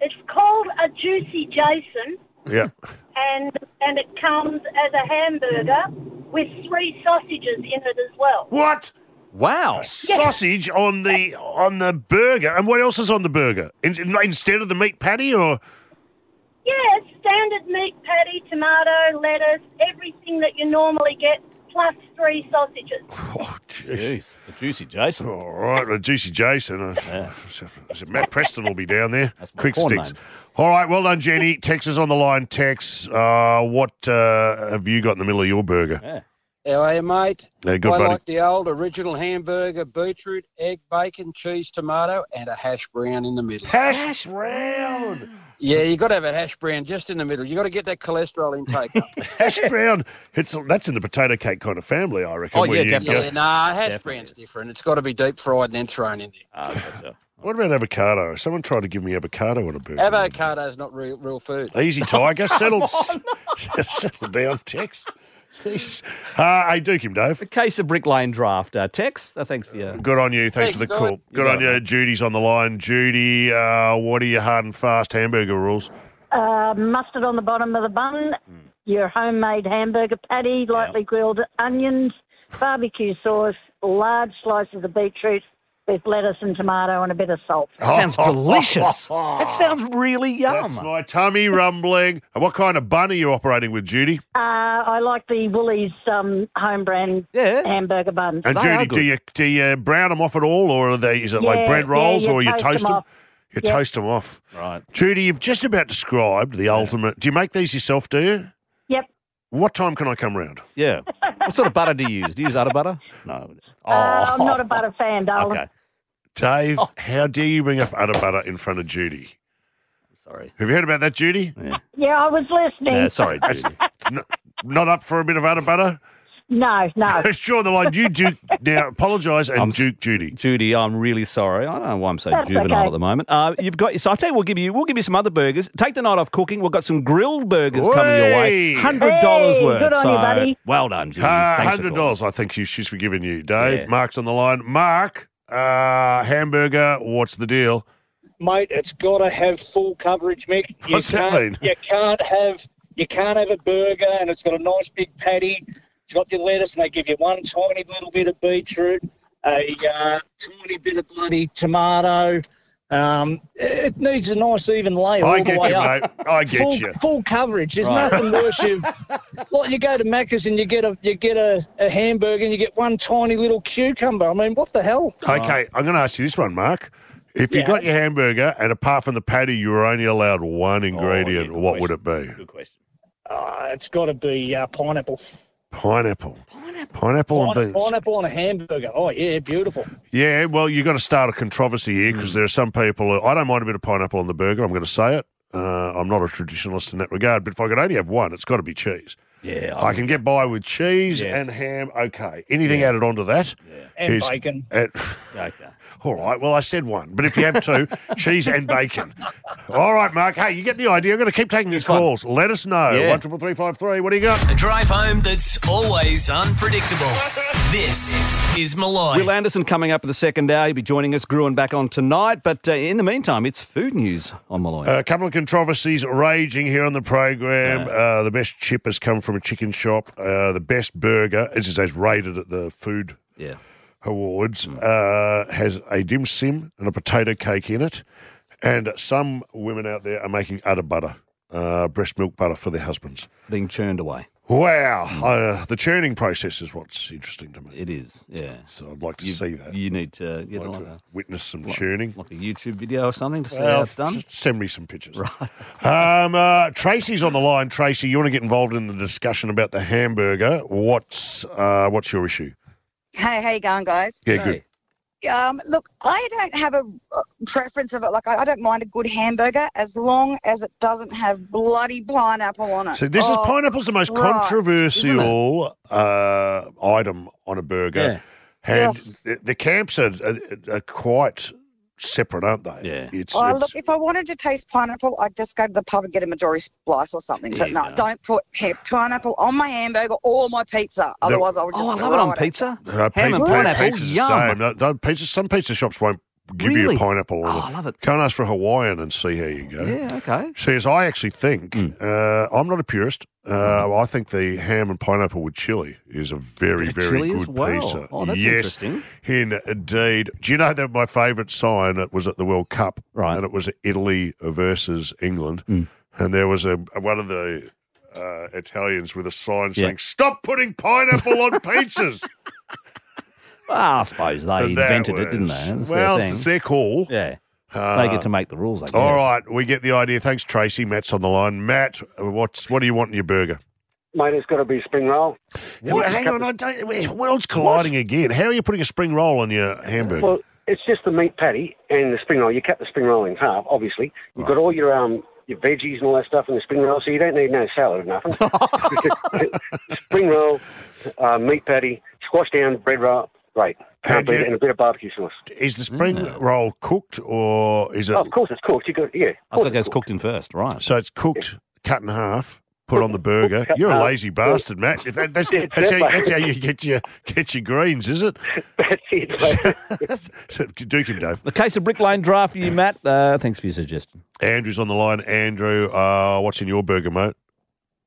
Speaker 13: It's called a Juicy Jason,
Speaker 2: Yeah.
Speaker 13: and and it comes as a hamburger with three sausages in it as well.
Speaker 2: what?
Speaker 3: Wow.
Speaker 2: Sausage on the on the burger. And what else is on the burger? In, instead of the meat patty or
Speaker 13: Yeah, it's standard meat patty, tomato, lettuce, everything that you normally get, plus three sausages.
Speaker 2: Oh, jeez.
Speaker 3: Jeez, the juicy Jason. Oh,
Speaker 2: All right, well, Juicy Jason. Uh, is it Matt Preston will be down there.
Speaker 3: That's my
Speaker 2: Quick
Speaker 3: porn
Speaker 2: sticks.
Speaker 3: name.
Speaker 2: All right, well done, Jenny. Tex is on the line. Tex, uh, what uh, have you got in the middle of your burger?
Speaker 3: Yeah.
Speaker 14: How are you, mate?
Speaker 2: Yeah, good,
Speaker 14: I
Speaker 2: buddy.
Speaker 14: like the old original hamburger, beetroot, egg, bacon, cheese, tomato, and a hash brown in the middle.
Speaker 2: Hash brown.
Speaker 14: Yeah, you got to have a hash brown just in the middle. you got to get that cholesterol intake up.
Speaker 2: Hash brown. It's that's in the potato cake kind of family, I reckon.
Speaker 3: Oh,
Speaker 2: where
Speaker 3: yeah,
Speaker 2: you-
Speaker 3: definitely.
Speaker 14: yeah, nah, hash
Speaker 3: Definitely. Ah,
Speaker 14: brown's different. It's got to be deep fried and then thrown in there.
Speaker 2: What about avocado? Someone tried to give me avocado on a burger.
Speaker 14: Avocado's not real, real food.
Speaker 2: Easy, Tiger. Settle, settle down, Tex. Jeez. Uh, hey, Duke him, Dave.
Speaker 3: The case of Brick Lane draft. Uh, Tex, uh, thanks for your.
Speaker 2: Good on you. Thanks,
Speaker 14: Thanks,
Speaker 2: for the
Speaker 14: guys.
Speaker 2: call. Good on
Speaker 3: got it,
Speaker 2: you. Judy's on the line. Judy, uh, what are your hard and fast hamburger rules?
Speaker 15: uh, mustard on the bottom of the bun, your homemade hamburger patty, lightly grilled onions, barbecue sauce, large slices of beetroot with lettuce and tomato, and a bit of salt.
Speaker 3: Sounds delicious. that sounds really
Speaker 2: That's
Speaker 3: yum.
Speaker 2: my tummy rumbling. And what kind of bun are you operating with, Judy?
Speaker 15: Uh, I like the Woolies um, home brand
Speaker 3: Yeah.
Speaker 15: hamburger buns.
Speaker 2: And
Speaker 3: They
Speaker 2: Judy,
Speaker 3: are
Speaker 2: do
Speaker 3: good.
Speaker 2: you do you brown them off at all, or are they? Is it like
Speaker 15: Yeah,
Speaker 2: bread
Speaker 15: yeah,
Speaker 2: rolls,
Speaker 15: you
Speaker 2: or you
Speaker 15: toast
Speaker 2: toast
Speaker 15: 'em
Speaker 2: them?
Speaker 15: off.
Speaker 2: You
Speaker 15: Yeah.
Speaker 2: toast them off.
Speaker 3: Right.
Speaker 2: Judy, you've just about described the ultimate. Do you make these yourself? Do you?
Speaker 15: Yep.
Speaker 2: What time can I come round?
Speaker 3: Yeah. what sort of butter do you use? Do you use other butter? No. Oh.
Speaker 15: Uh, I'm not a butter fan, darling.
Speaker 3: Okay.
Speaker 2: Dave, how dare you bring up utter butter in front of Judy?
Speaker 3: Sorry.
Speaker 2: Have you heard about that, Judy?
Speaker 15: Yeah, I was listening.
Speaker 3: Yeah, sorry, Judy.
Speaker 2: N- not up for a bit of utter butter?
Speaker 15: No, no.
Speaker 2: sure, the line. You Duke now apologise and
Speaker 3: I'm s-
Speaker 2: Duke Judy.
Speaker 3: Judy, I'm really sorry. I don't know why I'm so
Speaker 15: That's
Speaker 3: juvenile
Speaker 15: okay.
Speaker 3: at the moment. Uh, you've got so I tell you, we'll give you we'll give you some other burgers. Take the night off cooking. We've got some grilled burgers coming your
Speaker 2: Hey!
Speaker 3: way. Hundred dollars
Speaker 15: Hey,
Speaker 3: worth.
Speaker 15: good on
Speaker 3: so
Speaker 15: you, buddy. Ah,
Speaker 3: well done, Judy.
Speaker 2: Uh,
Speaker 3: Thanks for
Speaker 2: hundred
Speaker 3: calling.
Speaker 2: dollars. I think she, she's forgiven you, Dave.
Speaker 3: Yeah.
Speaker 2: Mark's on the line. Mark, uh, hamburger. What's the deal?
Speaker 16: mate, it's got to have full coverage, Mick. You
Speaker 2: What's that
Speaker 16: can't,
Speaker 2: mean?
Speaker 16: You can't have you can't have a burger and it's got a nice big patty. It's got your lettuce and they give you one tiny little bit of beetroot, a uh, tiny bit of bloody tomato, Um, it needs a nice even layer
Speaker 2: I
Speaker 16: all
Speaker 2: get
Speaker 16: the way
Speaker 2: you,
Speaker 16: up.
Speaker 2: mate. I get
Speaker 16: full,
Speaker 2: you.
Speaker 16: Full coverage. There's
Speaker 2: Right.
Speaker 16: nothing worse. You, like you go to Macca's and you get a you get a, a hamburger and you get one tiny little cucumber. I mean, what the hell?
Speaker 2: Okay, I'm going to ask you this one, Mark. If you
Speaker 16: Yeah.
Speaker 2: got your hamburger and apart from the patty, you were only allowed
Speaker 16: Oh,
Speaker 2: one ingredient, what would it be?
Speaker 16: Uh, it's got to be uh, pineapple.
Speaker 2: Pineapple. Pineapple. Pineapple and
Speaker 16: Pine-
Speaker 2: beans.
Speaker 16: pineapple on a hamburger. Oh yeah, beautiful.
Speaker 2: Yeah, well, you're going to start a controversy here because
Speaker 16: Hmm.
Speaker 2: there are some people. I don't mind a bit of pineapple on the burger. I'm going to say it. Uh, I'm not a traditionalist in that regard, but if I could only have one, it's got to be cheese.
Speaker 3: Yeah,
Speaker 2: I can get by with cheese
Speaker 3: Yes.
Speaker 2: and ham. Okay, anything added onto that
Speaker 16: And
Speaker 2: is-
Speaker 16: bacon.
Speaker 2: and-
Speaker 3: Okay.
Speaker 2: all right. Well, I said one, but if you have two, cheese and bacon. All right, Mark. Hey, you get the idea. I'm going to keep taking these calls. Let us know.
Speaker 1: Yeah.
Speaker 2: One triple three five three. What do you got?
Speaker 1: A drive home that's always unpredictable. This is Malloy.
Speaker 3: Will Anderson coming up in the second hour. He'll be joining us, Gruen, back on tonight. But uh, in the meantime, it's food news on Malloy.
Speaker 2: A couple of controversies raging here on the program. Uh, the best chip has come from a chicken shop. Uh, the best burger, as it says, rated at the food
Speaker 3: yeah.
Speaker 2: awards, uh, has a dim sim and a potato cake in it. And some women out there are making udder butter, uh, breast milk butter for their husbands.
Speaker 3: Being churned away.
Speaker 2: Wow, uh, the churning process is what's interesting to me.
Speaker 3: It is, yeah.
Speaker 2: So I'd like to
Speaker 3: You-
Speaker 2: see that.
Speaker 3: You need to get
Speaker 2: Like
Speaker 3: like
Speaker 2: to
Speaker 3: a,
Speaker 2: witness some
Speaker 3: like-
Speaker 2: churning.
Speaker 3: like a YouTube video or something to see how
Speaker 2: Well,
Speaker 3: it's done.
Speaker 2: s- Send me some pictures. Right. Um, uh, Tracy's on the line. Tracy, you want to get involved in the discussion about the hamburger? What's uh, what's your issue?
Speaker 17: Hey, how you going, guys?
Speaker 2: Yeah, good.
Speaker 17: Um, look, I don't have a uh, preference of it. Like, I, I don't mind a good hamburger as long as it doesn't have bloody pineapple on it.
Speaker 2: So this is
Speaker 17: Oh,
Speaker 2: pineapple's the most
Speaker 17: Christ.
Speaker 2: controversial uh, item on a burger, and
Speaker 17: Yes.
Speaker 2: the, the camps are, are, are quite separate, aren't they? Yeah. It's,
Speaker 17: Oh,
Speaker 2: it's-
Speaker 17: look, if I wanted to taste pineapple, I'd just go to the pub and get a Midori slice or something.
Speaker 2: There
Speaker 17: But
Speaker 2: you
Speaker 17: no,
Speaker 2: go.
Speaker 17: don't put ha- pineapple on my hamburger or my pizza. Otherwise, I would just
Speaker 3: oh, I love it
Speaker 17: throw
Speaker 3: on pizza.
Speaker 2: Uh,
Speaker 3: Ham and
Speaker 2: pi- pi-
Speaker 3: pineapple.
Speaker 2: pizza's the
Speaker 3: Yum.
Speaker 2: same. No, no, pizza, some pizza shops won't give you
Speaker 3: Really?
Speaker 2: a pineapple.
Speaker 3: Oh, I love it.
Speaker 2: Can't ask for Hawaiian and see how you go.
Speaker 3: Yeah, Hmm. okay.
Speaker 2: Says I actually think uh, I'm not a purist.
Speaker 3: Hmm.
Speaker 2: Uh, I think the ham and pineapple with chili is a very,
Speaker 3: Bit of
Speaker 2: very
Speaker 3: chili as
Speaker 2: good
Speaker 3: well.
Speaker 2: pizza.
Speaker 3: Oh, that's
Speaker 2: yes,
Speaker 3: interesting.
Speaker 2: Indeed. Do you know that my favourite sign it was at the World Cup, right? And it was Italy versus England,
Speaker 3: Hmm.
Speaker 2: and there was a one of the uh, Italians with a sign
Speaker 3: Yeah.
Speaker 2: saying "Stop putting pineapple on pizzas."
Speaker 3: Well, Ah, I suppose they
Speaker 2: And that
Speaker 3: invented it, didn't
Speaker 2: was-
Speaker 3: they? That's
Speaker 2: well,
Speaker 3: their thing.
Speaker 2: it's their call.
Speaker 3: Yeah.
Speaker 2: Uh,
Speaker 3: they get to make the rules, I guess.
Speaker 2: All right, we get the idea. Thanks, Tracy. Matt's on the line. Matt, what's what do you want in your burger?
Speaker 18: Mate, it's got to be spring roll.
Speaker 2: Well, hang on, I don't, world's colliding again. How are you putting a spring roll on your hamburger?
Speaker 18: Well, it's just the meat patty and the spring roll. You cut the spring roll in half, obviously. You've got all your um your veggies and all that stuff in the spring roll, so you don't need no salad or nothing. spring roll, uh, meat patty, squash down, bread roll, great. Can't beat it, and a bit of barbecue sauce.
Speaker 2: is the spring
Speaker 3: Mm.
Speaker 2: roll cooked or is it?
Speaker 18: Oh, of course, it's cooked. You got yeah. of
Speaker 3: I
Speaker 18: course
Speaker 3: think it's cooked in first, right?
Speaker 2: So it's cooked, cut in half, put on the burger.
Speaker 18: cut in
Speaker 2: You're a
Speaker 18: half,
Speaker 2: lazy bastard, Matt. If that- that's,
Speaker 18: Yeah,
Speaker 2: that's how,
Speaker 18: exactly.
Speaker 2: that's how you get your get your greens, is it?
Speaker 18: that's it.
Speaker 2: So, Duke him, Dave.
Speaker 3: The case of Brick Lane draft for you, Matt. Uh, thanks for your suggestion.
Speaker 2: Andrew's on the line. Andrew, uh, what's in your burger, mate?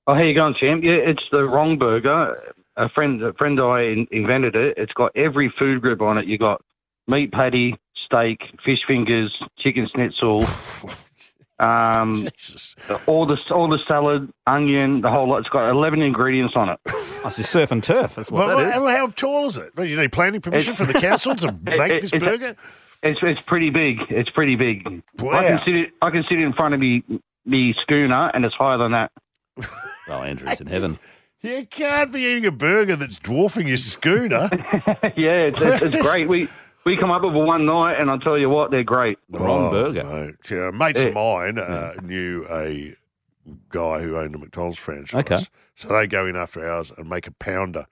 Speaker 19: Oh, how you going, champ? Yeah, it's the wrong burger. A friend, a friend I in- invented it. It's got every food group on it. You got meat patty, steak, fish fingers, chicken schnitzel, um, all the all the salad, onion, the whole lot. It's got eleven ingredients on it.
Speaker 3: That's your surf and turf. That's what
Speaker 2: Well,
Speaker 3: that is.
Speaker 2: how, how tall is it? Well, You need planning permission
Speaker 19: It's-
Speaker 2: from the council to make
Speaker 19: It-
Speaker 2: this
Speaker 19: it's-
Speaker 2: burger?
Speaker 19: It's it's pretty big. It's pretty big. I
Speaker 2: Wow.
Speaker 19: can sit it. I can sit it in front of me me schooner, and it's higher than that.
Speaker 3: Oh, Andrew's in heaven.
Speaker 2: You can't be eating a burger that's dwarfing your schooner.
Speaker 19: yeah, it's, it's, it's great. We we come up with it one night, and I tell you what, they're great.
Speaker 3: The wrong burger.
Speaker 2: Oh, Mate. Yeah, mates of
Speaker 19: Yeah.
Speaker 2: mine uh, knew a guy who owned a McDonald's franchise.
Speaker 3: Okay.
Speaker 2: So they go in after hours and make a pounder.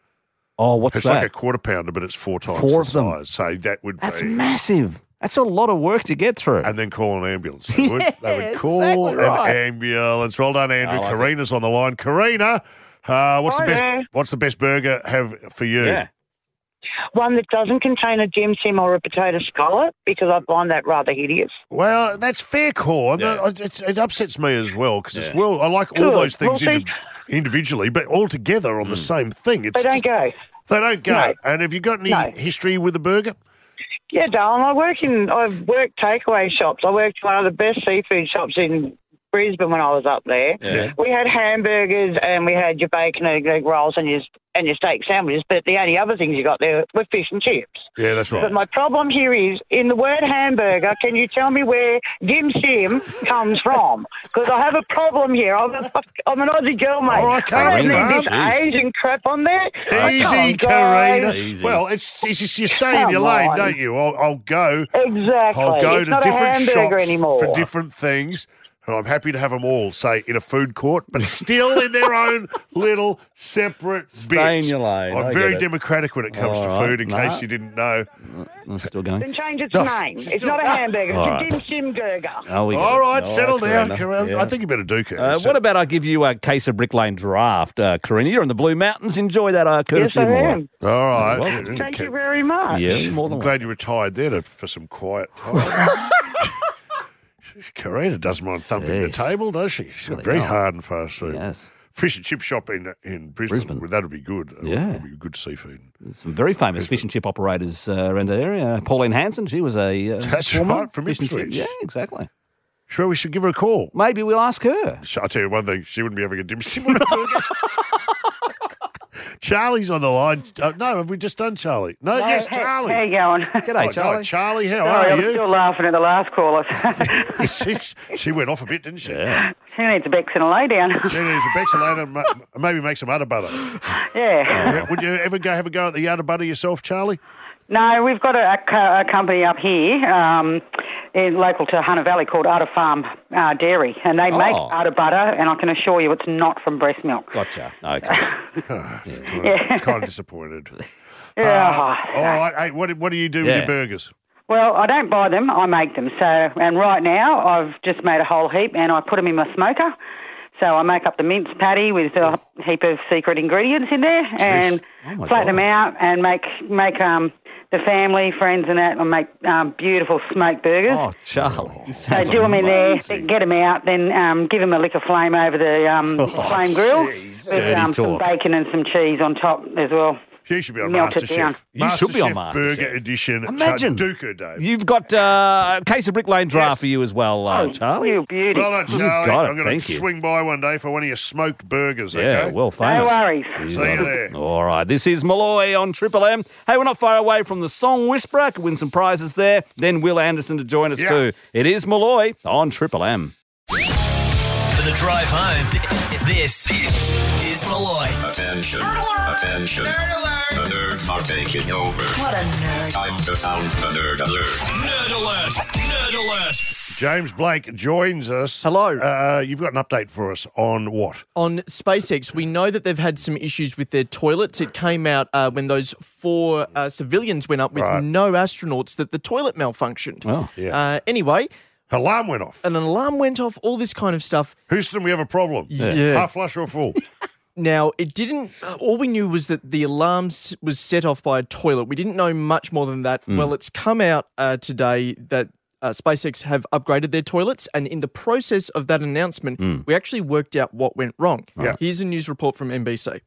Speaker 3: Oh, what's
Speaker 2: it's
Speaker 3: that?
Speaker 2: like a quarter pounder, but it's four times
Speaker 3: Four
Speaker 2: the
Speaker 3: of them.
Speaker 2: size. So that would
Speaker 3: That's
Speaker 2: be
Speaker 3: massive. That's a lot of work to get through.
Speaker 2: and then call an ambulance. They would, they would
Speaker 3: Yeah,
Speaker 2: call
Speaker 3: exactly right.
Speaker 2: an ambulance. Well done, Andrew.
Speaker 3: I like it.
Speaker 2: Karina's on the line. Karina, uh, what's
Speaker 20: Hi
Speaker 2: the best?
Speaker 20: there.
Speaker 2: What's the best burger have for you?
Speaker 20: Yeah. One that doesn't contain a gem sim or a potato scarlet because I find that rather hideous.
Speaker 2: Well, that's fair call. I'm not- it's- it upsets me as well because it's
Speaker 20: Yeah.
Speaker 2: well. I like all
Speaker 20: Good.
Speaker 2: those things
Speaker 20: Well,
Speaker 2: indiv- individually, but all together on the same thing. It's
Speaker 20: They don't
Speaker 2: just-
Speaker 20: go.
Speaker 2: They don't go.
Speaker 20: No.
Speaker 2: And have you got any
Speaker 20: No.
Speaker 2: history with the burger?
Speaker 20: Yeah, darling. I work in. I've worked takeaway shops. I worked one of the best seafood shops in Brisbane when I was up there.
Speaker 21: Yeah.
Speaker 20: We had hamburgers and we had your bacon and egg rolls and your and your steak sandwiches. But the only other things you got there were fish and chips.
Speaker 2: Yeah, that's right.
Speaker 20: But my problem here is in the word hamburger. Can you tell me where dim sim comes from? Because I have a problem here. I'm, a, fuck- I'm an Aussie girl, mate.
Speaker 2: Oh, I can't
Speaker 20: I don't
Speaker 2: mum.
Speaker 20: need this
Speaker 2: Jeez.
Speaker 20: Asian crap on there. I
Speaker 2: Easy,
Speaker 20: can't go.
Speaker 2: Karina. Well, it's, it's, it's you stay in
Speaker 20: Come
Speaker 2: your lane,
Speaker 20: on.
Speaker 2: don't you? I'll, I'll go.
Speaker 20: Exactly.
Speaker 2: I'll go
Speaker 20: It's
Speaker 2: to
Speaker 20: not a
Speaker 2: different
Speaker 20: hamburger
Speaker 2: shops
Speaker 20: anymore.
Speaker 2: for different things, and I'm happy to have them all. Say in a food court, but still in their own little separate Stay
Speaker 3: in your lane.
Speaker 2: I'm
Speaker 3: I
Speaker 2: very
Speaker 3: get it.
Speaker 2: democratic when it comes
Speaker 3: All
Speaker 2: to
Speaker 3: right,
Speaker 2: food. In
Speaker 3: nah.
Speaker 2: case you didn't know,
Speaker 3: I'm still going. Ah.
Speaker 20: Then change its
Speaker 2: No,
Speaker 20: name.
Speaker 2: she's
Speaker 20: It's
Speaker 2: still-
Speaker 20: not a hamburger.
Speaker 3: All
Speaker 20: It's a
Speaker 3: right.
Speaker 20: dim sim burger.
Speaker 3: Oh, we get
Speaker 2: All
Speaker 3: it.
Speaker 2: right, settle down,
Speaker 3: Karina.
Speaker 2: Karina. I think you better do, Karina.
Speaker 3: Uh,
Speaker 2: So-
Speaker 3: what about I give you a case of Brick Lane draft, uh, Karina? You're in the Blue Mountains. Enjoy that, uh, courtesy
Speaker 20: I
Speaker 3: of Maura.
Speaker 20: am.
Speaker 2: all right.
Speaker 3: You're welcome.
Speaker 20: Thank you very much.
Speaker 3: Yeah, more
Speaker 2: I'm
Speaker 3: than
Speaker 2: glad you retired there to, for some quiet time. Karina doesn't mind thumping
Speaker 3: Yes.
Speaker 2: the table, does she? She's got
Speaker 3: Bloody
Speaker 2: very
Speaker 3: hell.
Speaker 2: hard and fast food.
Speaker 3: Yes.
Speaker 2: Fish and chip shop in in Brisbane.
Speaker 3: Brisbane.
Speaker 2: Well, that'd be good. That'd
Speaker 3: Yeah.
Speaker 2: be good seafood.
Speaker 3: Some very famous fish and chip operators uh, around the area. Pauline Hanson, she was a uh,
Speaker 2: That's
Speaker 3: woman,
Speaker 2: right, from
Speaker 3: fish and chip.
Speaker 2: Ipswich.
Speaker 3: Yeah, exactly.
Speaker 2: Sure, we should give her a call.
Speaker 3: Maybe we'll ask her.
Speaker 2: So I'll tell you one thing: she wouldn't be having a dim sum on a burger. Charlie's on the line. Uh, no, have we just done Charlie? No,
Speaker 22: No,
Speaker 2: yes,
Speaker 22: hey-
Speaker 2: Charlie.
Speaker 22: How you going?
Speaker 2: Oh, no, Charlie, how
Speaker 22: Sorry,
Speaker 2: are
Speaker 22: I'm
Speaker 2: you?
Speaker 22: still laughing at the last caller.
Speaker 2: she, she went off a bit, didn't she?
Speaker 22: she needs a Bex and a lay down.
Speaker 2: She needs a Bex and lay down, ma- maybe make some udder butter.
Speaker 22: yeah.
Speaker 2: Oh, Yeah, Would you ever go have a go at the udder butter yourself, Charlie?
Speaker 22: No, we've got a, a co- a company up here, um, in local to Hunter Valley, called Udder Farm uh, Dairy, and they make
Speaker 3: Oh.
Speaker 22: udder butter, and I can assure you, it's not from breast milk.
Speaker 3: Gotcha. Okay.
Speaker 2: Oh,
Speaker 22: Yeah.
Speaker 2: Kind of disappointed.
Speaker 22: Yeah.
Speaker 2: Uh, all right. Hey, what, what do you do with
Speaker 3: Yeah.
Speaker 2: your burgers?
Speaker 22: Ah. Well, I don't buy them; I make them. So, and right now, I've just made a whole heap, and I put them in my smoker. So I make up the mince patty with a heap of secret ingredients in there, and
Speaker 3: Oh, my
Speaker 22: flatten
Speaker 3: God.
Speaker 22: them out, and make make um the family, friends, and that, and make um, beautiful smoked burgers.
Speaker 3: Oh, Charlie. this
Speaker 22: They
Speaker 3: sounds
Speaker 22: do them in there,
Speaker 3: amazing.
Speaker 22: get them out, then um, give them a lick of flame over the um,
Speaker 23: Oh,
Speaker 22: flame grill
Speaker 3: Dirty
Speaker 22: with um, some
Speaker 3: talk.
Speaker 22: bacon and some cheese on top as well.
Speaker 2: You should be on
Speaker 22: Melt it down.
Speaker 2: MasterChef.
Speaker 3: You should be on
Speaker 2: MasterChef
Speaker 3: MasterChef.
Speaker 2: Burger Edition.
Speaker 3: Imagine.
Speaker 2: Duca, Dave.
Speaker 3: You've got uh, a case of Brick Lane draft
Speaker 2: Yes. Oh,
Speaker 3: for you as well, uh,
Speaker 23: Oh,
Speaker 3: Charlie.
Speaker 22: You Oh, beauty.
Speaker 2: Well done,
Speaker 3: You
Speaker 2: Charlie.
Speaker 3: got it,
Speaker 2: I'm going
Speaker 3: thank
Speaker 2: to
Speaker 3: you.
Speaker 2: swing by one day for one of your smoked burgers.
Speaker 3: Yeah,
Speaker 2: okay?
Speaker 3: well, famous.
Speaker 22: worries.
Speaker 2: See
Speaker 3: got
Speaker 2: you
Speaker 3: it.
Speaker 2: there.
Speaker 3: All right, this is Malloy on Triple M. Hey, we're not far away from the Song Whisperer. Could win some prizes there. Then Will Anderson to join us
Speaker 2: Yeah.
Speaker 3: too. It is Malloy on Triple M.
Speaker 1: For the drive home, this is Malloy.
Speaker 10: Attention. Attention. The nerds are taking over. What a nerd. Time to sound the nerd alert.
Speaker 1: Nerd alert! Nerd alert!
Speaker 2: James Blake joins us. Hello. Uh, you've got an update for us on what?
Speaker 23: on SpaceX, we know that they've had some issues with their toilets. It came out uh, when those four uh, civilians went up with
Speaker 2: Right.
Speaker 23: no astronauts that the toilet malfunctioned.
Speaker 3: Oh.
Speaker 2: Yeah.
Speaker 23: Uh, anyway,
Speaker 2: Alarm went off.
Speaker 22: Um,
Speaker 23: an alarm went off, all this kind of stuff.
Speaker 2: Houston, we have a problem.
Speaker 23: Yeah.
Speaker 2: Half flush or full?
Speaker 23: Now, it didn't, all we knew was that the alarm s- was set off by a toilet. We didn't know much more than
Speaker 22: Hmm.
Speaker 23: that. Well, it's come out uh, today that. Uh, SpaceX have upgraded their toilets, and in the process of that announcement,
Speaker 22: Hmm.
Speaker 23: we actually worked out what went wrong.
Speaker 2: Yeah.
Speaker 23: Here's a news report from NBC.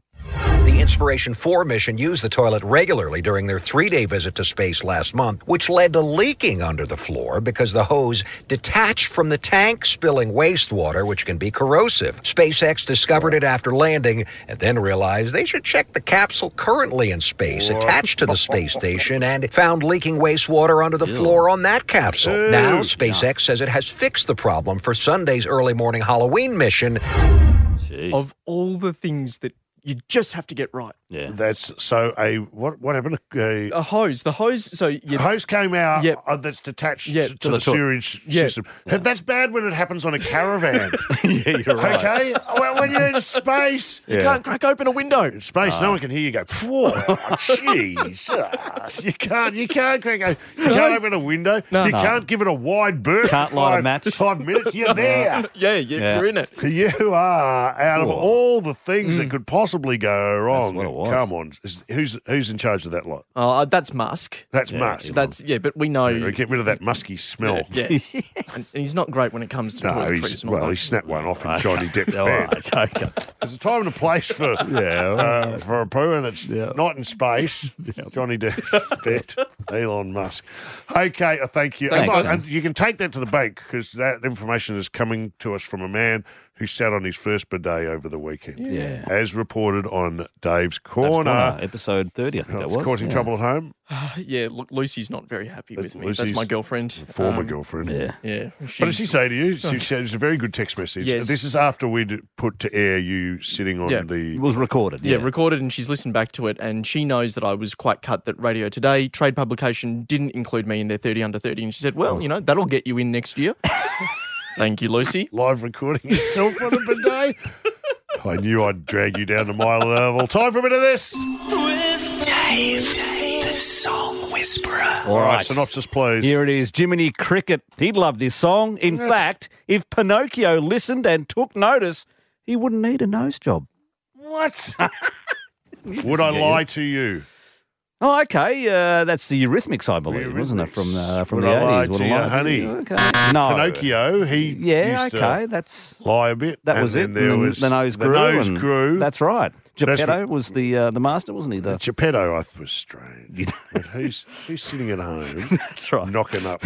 Speaker 24: The Inspiration 4 mission used the toilet regularly during their three day visit to space last month, which led to leaking under the floor because the hose detached from the tank, spilling wastewater, which can be corrosive. SpaceX discovered it after landing and then realized they should check the capsule currently in space attached to the space station and found leaking wastewater under the floor on that capsule. Now, SpaceX says it has fixed the problem for Sunday's early morning Halloween mission.
Speaker 23: of all the things that you just have to get right.
Speaker 3: Yeah.
Speaker 2: That's so a what? What happened? A,
Speaker 23: A hose, the hose. So you,
Speaker 2: hose came out
Speaker 23: Yep.
Speaker 2: uh, that's detached
Speaker 23: Yep.
Speaker 2: to,
Speaker 23: To
Speaker 2: the,
Speaker 23: the toi-
Speaker 2: sewage
Speaker 23: Yep.
Speaker 2: system. That's bad when it happens on a caravan.
Speaker 3: yeah, you're
Speaker 2: Okay, well, when you're in space,
Speaker 23: you can't crack open a window.
Speaker 2: in space,
Speaker 23: Uh.
Speaker 2: no one can hear you go. Whoa, jeez, ah, you can't, you can't crack, o- you can't open a window,
Speaker 23: No.
Speaker 2: you
Speaker 23: No.
Speaker 2: can't give it a wide berth.
Speaker 3: Can't
Speaker 2: for
Speaker 3: light a
Speaker 2: five-
Speaker 3: match.
Speaker 2: Five minutes, you're there.
Speaker 23: Yeah, Mm. you,
Speaker 3: Yeah.
Speaker 23: you're in it.
Speaker 2: You are out of
Speaker 3: Whoa.
Speaker 2: all the things that could possibly go wrong.
Speaker 3: what it was.
Speaker 2: Come on, Is- who's who's in charge of that lot?
Speaker 23: Oh, uh, that's Musk.
Speaker 2: That's Musk.
Speaker 23: That's yeah, but we know.
Speaker 2: Yeah, Get rid of that musky smell.
Speaker 23: Yeah, and, and he's not great when it comes to
Speaker 2: No,
Speaker 23: toiletries.
Speaker 2: he's,
Speaker 23: and all
Speaker 2: well,
Speaker 23: that.
Speaker 2: he snapped one off in Johnny Depp's
Speaker 3: All
Speaker 2: bed.
Speaker 3: right, okay.
Speaker 2: There's a time and a place um, for uh, for a poo, and it's not in space. Johnny Depp's bed. Elon Musk. Okay, uh, thank you.
Speaker 3: Thanks,
Speaker 2: And-
Speaker 3: guys.
Speaker 2: and you can take that to the bank because that information is coming to us from a man who sat on his first bidet over the weekend.
Speaker 3: Yeah.
Speaker 2: As reported on Dave's Corner.
Speaker 3: Corner, episode 30, I think that
Speaker 2: Oh, It's
Speaker 3: was.
Speaker 2: causing
Speaker 3: Yeah.
Speaker 2: trouble at home.
Speaker 23: yeah, look, Lucy's not very happy with me. That's
Speaker 2: Lucy's
Speaker 23: my girlfriend.
Speaker 2: Former
Speaker 23: Um,
Speaker 2: girlfriend.
Speaker 23: Yeah.
Speaker 2: What did she
Speaker 23: she's-
Speaker 2: say to you? She she- it was a very good text message.
Speaker 23: Yes.
Speaker 2: This is after we'd put to air you sitting on
Speaker 23: Yeah.
Speaker 2: the. It
Speaker 3: was recorded.
Speaker 23: Yeah, recorded, and she's listened back to it, and she knows that I was quite cut that Radio Today trade publication didn't include me in their 30 under 30, and she said, "Well, you know, that'll get you in next year." Thank you, Lucy.
Speaker 2: Live recording yourself on a bidet. I knew I'd drag you down to my level. Time for a bit of this.
Speaker 10: With Dave, the song whisperer.
Speaker 2: All right, synopsis, please.
Speaker 3: Here it is Jiminy Cricket. He'd love this song. In
Speaker 2: Yes.
Speaker 3: fact, if Pinocchio listened and took notice, he wouldn't need a nose job.
Speaker 2: What? Would I lie to you?
Speaker 3: Oh, okay. Uh, that's the Eurythmics, I believe, wasn't it? From the from
Speaker 2: Would
Speaker 3: the
Speaker 2: I lie
Speaker 3: 80s. Would
Speaker 2: to
Speaker 3: I
Speaker 2: you,
Speaker 3: lie to
Speaker 2: honey?
Speaker 3: you? Okay. No.
Speaker 2: Pinocchio, he
Speaker 3: Oh. Yeah,
Speaker 2: used to
Speaker 3: okay. That's
Speaker 2: lie a bit.
Speaker 3: that
Speaker 2: and
Speaker 3: was it.
Speaker 2: then
Speaker 3: And
Speaker 2: there
Speaker 3: then
Speaker 2: was
Speaker 3: the nose
Speaker 2: the
Speaker 3: grew.
Speaker 2: nose
Speaker 3: and-
Speaker 2: grew.
Speaker 3: That's right.
Speaker 2: That's
Speaker 3: Geppetto
Speaker 2: what-
Speaker 3: was the uh, the master, wasn't he? The,
Speaker 2: Geppetto, I th- was strange. but who's who's sitting at home? That's
Speaker 3: right.
Speaker 2: Knocking up.